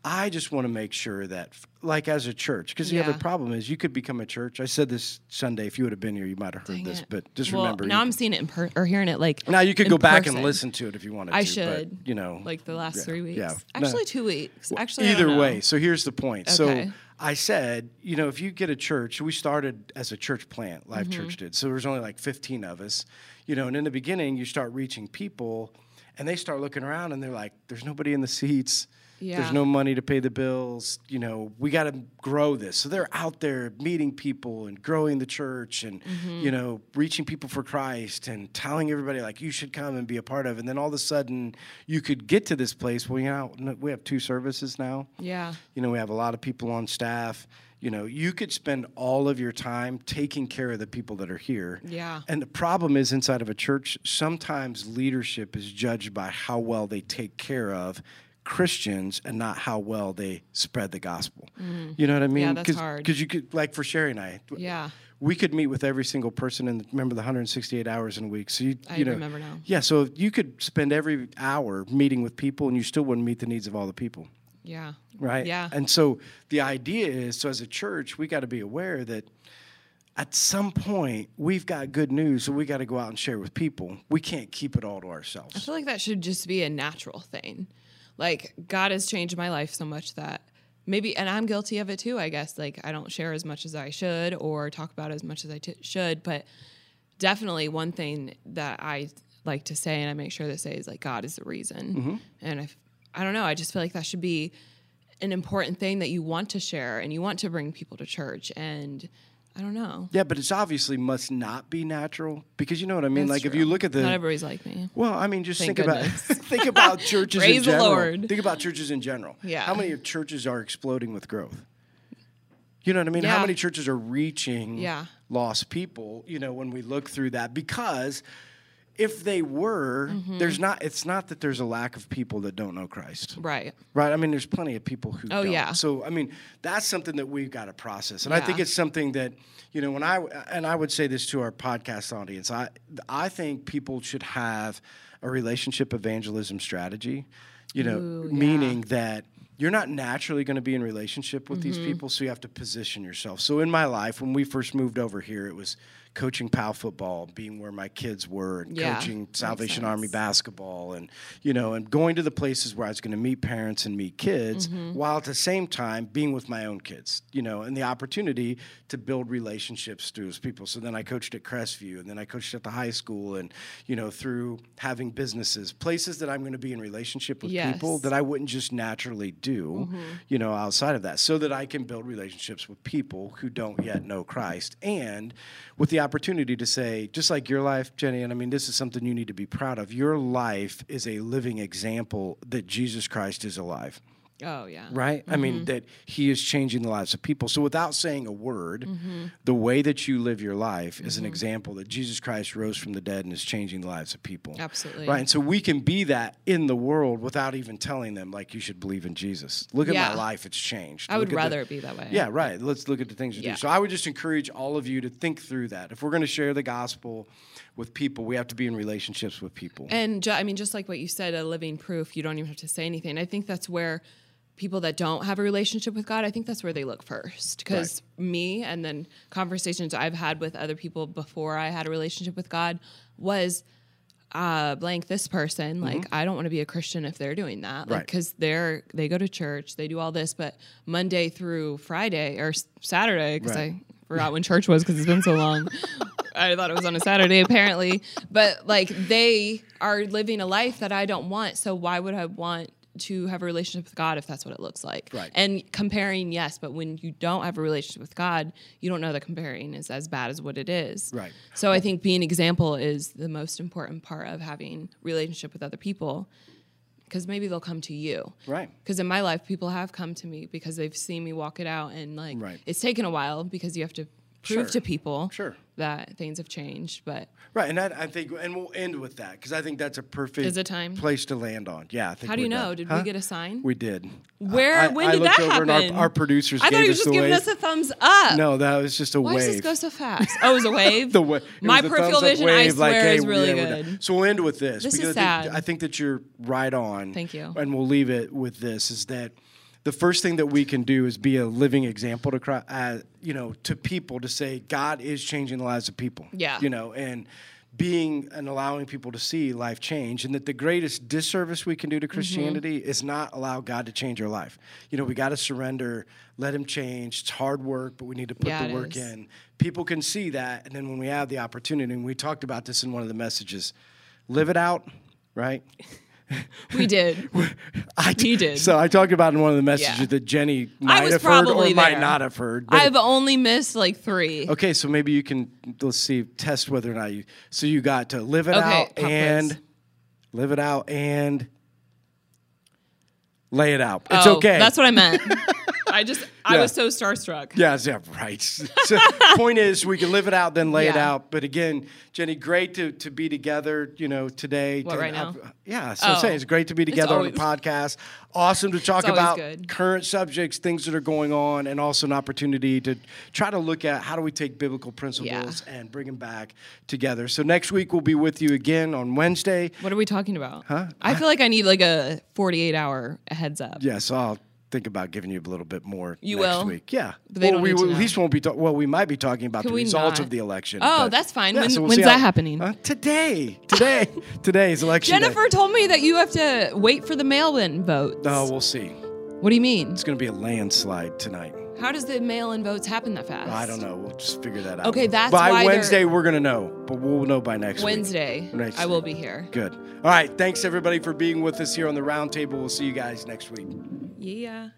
Speaker 1: I just want to make sure that, like, as a church, because the
Speaker 2: Yeah.
Speaker 1: other problem is you could become a church. I said this Sunday. If you would have been here, you might have heard
Speaker 2: Dang
Speaker 1: this,
Speaker 2: it.
Speaker 1: but just
Speaker 2: Well,
Speaker 1: remember.
Speaker 2: Now
Speaker 1: you,
Speaker 2: I'm seeing it in per- or hearing it like
Speaker 1: now you could
Speaker 2: in
Speaker 1: go back and
Speaker 2: person.
Speaker 1: listen to it if you wanted
Speaker 2: I
Speaker 1: to. but,
Speaker 2: should.
Speaker 1: you know,
Speaker 2: like the last
Speaker 1: yeah,
Speaker 2: three weeks.
Speaker 1: yeah. No.
Speaker 2: Actually, two weeks. Actually, I don't
Speaker 1: Either
Speaker 2: know.
Speaker 1: way, so here's the point. So
Speaker 2: Okay.
Speaker 1: I said, you know, if you get a church, we started as a church plant, Life
Speaker 2: Mm-hmm.
Speaker 1: Church did. So there was only like 15 of us, you know, and in the beginning, you start reaching people and they start looking around and they're like, there's nobody in the seats.
Speaker 2: Yeah.
Speaker 1: There's no money to pay the bills. You know, we got to grow this. So they're out there meeting people and growing the church and, you know, reaching people for Christ and telling everybody, like, you should come and be a part of. it. And then all of a sudden, you could get to this place. Well, you know, no- we have two services now.
Speaker 2: Yeah.
Speaker 1: You know, we have a lot of people on staff. You know, you could spend all of your time taking care of the people that are here.
Speaker 2: Yeah.
Speaker 1: And the problem is inside of a church, sometimes leadership is judged by how well they take care of Christians and not how well they spread the gospel. You know what I mean?
Speaker 2: Mm. that's hard.
Speaker 1: Because you could, like for Sherry and I,
Speaker 2: Yeah.
Speaker 1: we could meet with every single person and remember the 168 hours in a week. So you,
Speaker 2: I
Speaker 1: you know,
Speaker 2: remember now.
Speaker 1: Yeah, so you could spend every hour meeting with people and you still wouldn't meet the needs of all the people
Speaker 2: Yeah.
Speaker 1: right?
Speaker 2: Yeah.
Speaker 1: And so the idea is, so as a church, we got to be aware that at some point we've got good news, so we got to go out and share with people. We can't keep it all to
Speaker 2: I
Speaker 1: ourselves.
Speaker 2: feel like that should just be a natural thing. Like God has changed my life so much that maybe, and I'm guilty of it too. I guess like I don't share as much as I should or talk about as much as I t- should, but definitely one thing that I like to say and I make sure to say is like God is the reason.
Speaker 1: Mm-hmm.
Speaker 2: And I, f- I don't know, I just feel like that should be an important thing that you want to share and you want to bring people to church and I don't know.
Speaker 1: Yeah, but it's obviously must not be natural because you know what I mean.
Speaker 2: It's
Speaker 1: like if
Speaker 2: true.
Speaker 1: you look at the
Speaker 2: not everybody's like me.
Speaker 1: Well, I mean, just
Speaker 2: Thank
Speaker 1: think about
Speaker 2: goodness.
Speaker 1: think about churches in
Speaker 2: Praise the
Speaker 1: general.
Speaker 2: Lord.
Speaker 1: Think about churches in general.
Speaker 2: Yeah.
Speaker 1: How many churches are exploding with growth? You know what I mean? How
Speaker 2: Yeah.
Speaker 1: many churches are reaching
Speaker 2: Yeah.
Speaker 1: lost people? You know, when we look through that, because if they were,
Speaker 2: Mm-hmm.
Speaker 1: there's not. It's not that there's a lack of people that don't know Christ.
Speaker 2: Right.
Speaker 1: Right. I mean, there's plenty of people who.
Speaker 2: Oh,
Speaker 1: don't.
Speaker 2: yeah.
Speaker 1: So I mean, that's something that we've got to process, and I
Speaker 2: Yeah.
Speaker 1: think it's something that you know when I and I would say this to our podcast audience. I I think people should have a relationship evangelism strategy. You know, meaning that. You're not naturally going to be in relationship with
Speaker 2: Mm-hmm.
Speaker 1: these people, so you have to position yourself. So in my life, when we first moved over here, it was coaching PAL football, being where my kids were, and
Speaker 2: Yeah,
Speaker 1: coaching
Speaker 2: makes
Speaker 1: Salvation
Speaker 2: sense.
Speaker 1: Army basketball and you know and going to the places where i was going to meet parents and meet kids while at the same time being with my own kids you know and the opportunity to build relationships through those people so then i coached at crestview and then i coached at the high school and you know through having businesses places that i'm going to be in relationship with people
Speaker 2: Yes.
Speaker 1: that i wouldn't just naturally do you know outside of that so that i can build relationships with people who don't yet know christ and with the opportunity to say just like your life jenny and i mean this is something you need to be proud of your life is a living example that jesus christ is alive
Speaker 2: Oh yeah.
Speaker 1: right i mean that he is changing the lives of people so without saying a word
Speaker 2: Mm-hmm.
Speaker 1: the way that you live your life is an example that jesus christ rose from the dead and is changing the lives of people
Speaker 2: Absolutely.
Speaker 1: right and so we can be that in the world without even telling them like you should believe in jesus look at
Speaker 2: Yeah.
Speaker 1: my life it's changed
Speaker 2: I
Speaker 1: Look
Speaker 2: would
Speaker 1: at the-
Speaker 2: rather it be that way.
Speaker 1: yeah, right. Let's look at the things you
Speaker 2: Yeah.
Speaker 1: do. So I would just encourage all of you to think through that. If we're going to share the gospel with people, we have to be in relationships with people.
Speaker 2: And ju- I mean, just like what you said, a living proof, you don't even have to say anything. I think that's where people that don't have a relationship with God, I think that's where they look first. Because me and then conversations I've had with other people before I had a relationship with God was uh, blank this person. Like, I don't want to be a Christian if they're doing that.
Speaker 1: Mm-hmm.
Speaker 2: Like,
Speaker 1: Right.
Speaker 2: because they're, they go to church, they do all this, but Monday through Friday or s- Saturday, because
Speaker 1: Right.
Speaker 2: I forgot when church was because it's been so long. I thought it was on a Saturday, apparently. But like they are living a life that I don't want. So why would I want to have a relationship with God if that's what it looks like?
Speaker 1: Right.
Speaker 2: And comparing, yes, but when you don't have a relationship with God, you don't know that comparing is as bad as what it is.
Speaker 1: Right.
Speaker 2: So I think being example is the most important part of having relationship with other people because maybe they'll come to you.
Speaker 1: Right.
Speaker 2: Because in my life, people have come to me because they've seen me walk it out, and like
Speaker 1: Right.
Speaker 2: it's taken a while because you have to prove
Speaker 1: Sure.
Speaker 2: to people
Speaker 1: Sure.
Speaker 2: that things have changed. But
Speaker 1: Right, and that, I think, and we'll end with that because I think that's a perfect
Speaker 2: Is it time?
Speaker 1: place to land on. Yeah, I think.
Speaker 2: how do
Speaker 1: we're
Speaker 2: you know?
Speaker 1: done.
Speaker 2: Did
Speaker 1: Huh?
Speaker 2: we get a sign?
Speaker 1: We did.
Speaker 2: Where?
Speaker 1: I,
Speaker 2: when
Speaker 1: I
Speaker 2: did
Speaker 1: looked
Speaker 2: that
Speaker 1: over
Speaker 2: happen?
Speaker 1: And our, our producers
Speaker 2: I
Speaker 1: gave
Speaker 2: thought
Speaker 1: us
Speaker 2: he was just
Speaker 1: the
Speaker 2: giving
Speaker 1: wave.
Speaker 2: us a thumbs up.
Speaker 1: no, that was just a
Speaker 2: Why does
Speaker 1: wave.
Speaker 2: this go so fast? Oh, it was a wave.
Speaker 1: the way it
Speaker 2: My
Speaker 1: was a
Speaker 2: peripheral
Speaker 1: thumbs up
Speaker 2: vision, I
Speaker 1: wave,
Speaker 2: swear,
Speaker 1: like, hey,
Speaker 2: is really
Speaker 1: yeah, we're done.
Speaker 2: good.
Speaker 1: So we'll end with this.
Speaker 2: This is
Speaker 1: because I think,
Speaker 2: sad.
Speaker 1: I think that you're right on.
Speaker 2: Thank you.
Speaker 1: And we'll leave it with this: is that the first thing that we can do is be a living example to, Chri- uh, you know, to people to say God is changing the lives of people.
Speaker 2: Yeah.
Speaker 1: You know, and being and allowing people to see life change and that the greatest disservice we can do to
Speaker 2: Mm-hmm.
Speaker 1: christianity is not allow god to change our life you know we got to surrender let him change it's hard work but we need to put
Speaker 2: Yeah,
Speaker 1: the
Speaker 2: it
Speaker 1: work
Speaker 2: is.
Speaker 1: in and people can see that and then when we have the opportunity and we talked about this in one of the messages live it out right
Speaker 2: We did.
Speaker 1: I
Speaker 2: He did.
Speaker 1: so i talked about in one of the messages
Speaker 2: Yeah.
Speaker 1: that jenny
Speaker 2: I
Speaker 1: might
Speaker 2: was
Speaker 1: have heard or
Speaker 2: probably
Speaker 1: might
Speaker 2: there.
Speaker 1: not have heard but-
Speaker 2: I've only missed like three.
Speaker 1: okay so maybe you can let's see test whether or not you so you got to live it
Speaker 2: Okay,
Speaker 1: out
Speaker 2: pop quiz.
Speaker 1: and live it out and lay it out it's
Speaker 2: Oh,
Speaker 1: okay
Speaker 2: That's what I meant. I just I
Speaker 1: Yeah.
Speaker 2: was so starstruck.
Speaker 1: Yeah, yeah, right. so point is, we can live it out, then lay it
Speaker 2: Yeah.
Speaker 1: out. But again, Jenny, great to, to be together. You know, today.
Speaker 2: What,
Speaker 1: to-
Speaker 2: right now?
Speaker 1: I've- yeah, so I'm
Speaker 2: Oh.
Speaker 1: saying it's great to be together on the
Speaker 2: always-
Speaker 1: podcast. Awesome to talk
Speaker 2: It's always
Speaker 1: about
Speaker 2: good.
Speaker 1: current subjects, things that are going on, and also an opportunity to try to look at how do we take biblical principles and bring them back together. So next week we'll be with you again on Wednesday.
Speaker 2: What are we talking about? Huh? I feel like I need like a 48 hour heads up.
Speaker 1: Yeah, so I'll think about giving you a little bit more
Speaker 2: You
Speaker 1: next
Speaker 2: will?
Speaker 1: week. Yeah.
Speaker 2: But they
Speaker 1: well,
Speaker 2: don't
Speaker 1: we
Speaker 2: need to
Speaker 1: will- at
Speaker 2: know.
Speaker 1: least won't be ta- well, we might be talking about the
Speaker 2: we
Speaker 1: results
Speaker 2: not?
Speaker 1: of the election.
Speaker 2: Oh,
Speaker 1: but-
Speaker 2: that's fine.
Speaker 1: Yeah,
Speaker 2: When-
Speaker 1: so we'll
Speaker 2: when's
Speaker 1: see
Speaker 2: that happening?
Speaker 1: Uh, today. Today. today is election
Speaker 2: Jennifer
Speaker 1: day.
Speaker 2: told me that you have to wait for the mail in votes.
Speaker 1: No, Uh, we'll see.
Speaker 2: What do you mean?
Speaker 1: It's going to be a landslide tonight.
Speaker 2: How does the mail in votes happen that fast?
Speaker 1: I don't know. We'll just figure that out.
Speaker 2: Okay, that's
Speaker 1: by
Speaker 2: why they're-
Speaker 1: Wednesday we're going to know, but we'll know by next week.
Speaker 2: Wednesday,
Speaker 1: Next
Speaker 2: I will
Speaker 1: week.
Speaker 2: be here.
Speaker 1: Good. All right. Thanks everybody for being with us here on the roundtable. We'll see you guys next week.
Speaker 2: Yeah.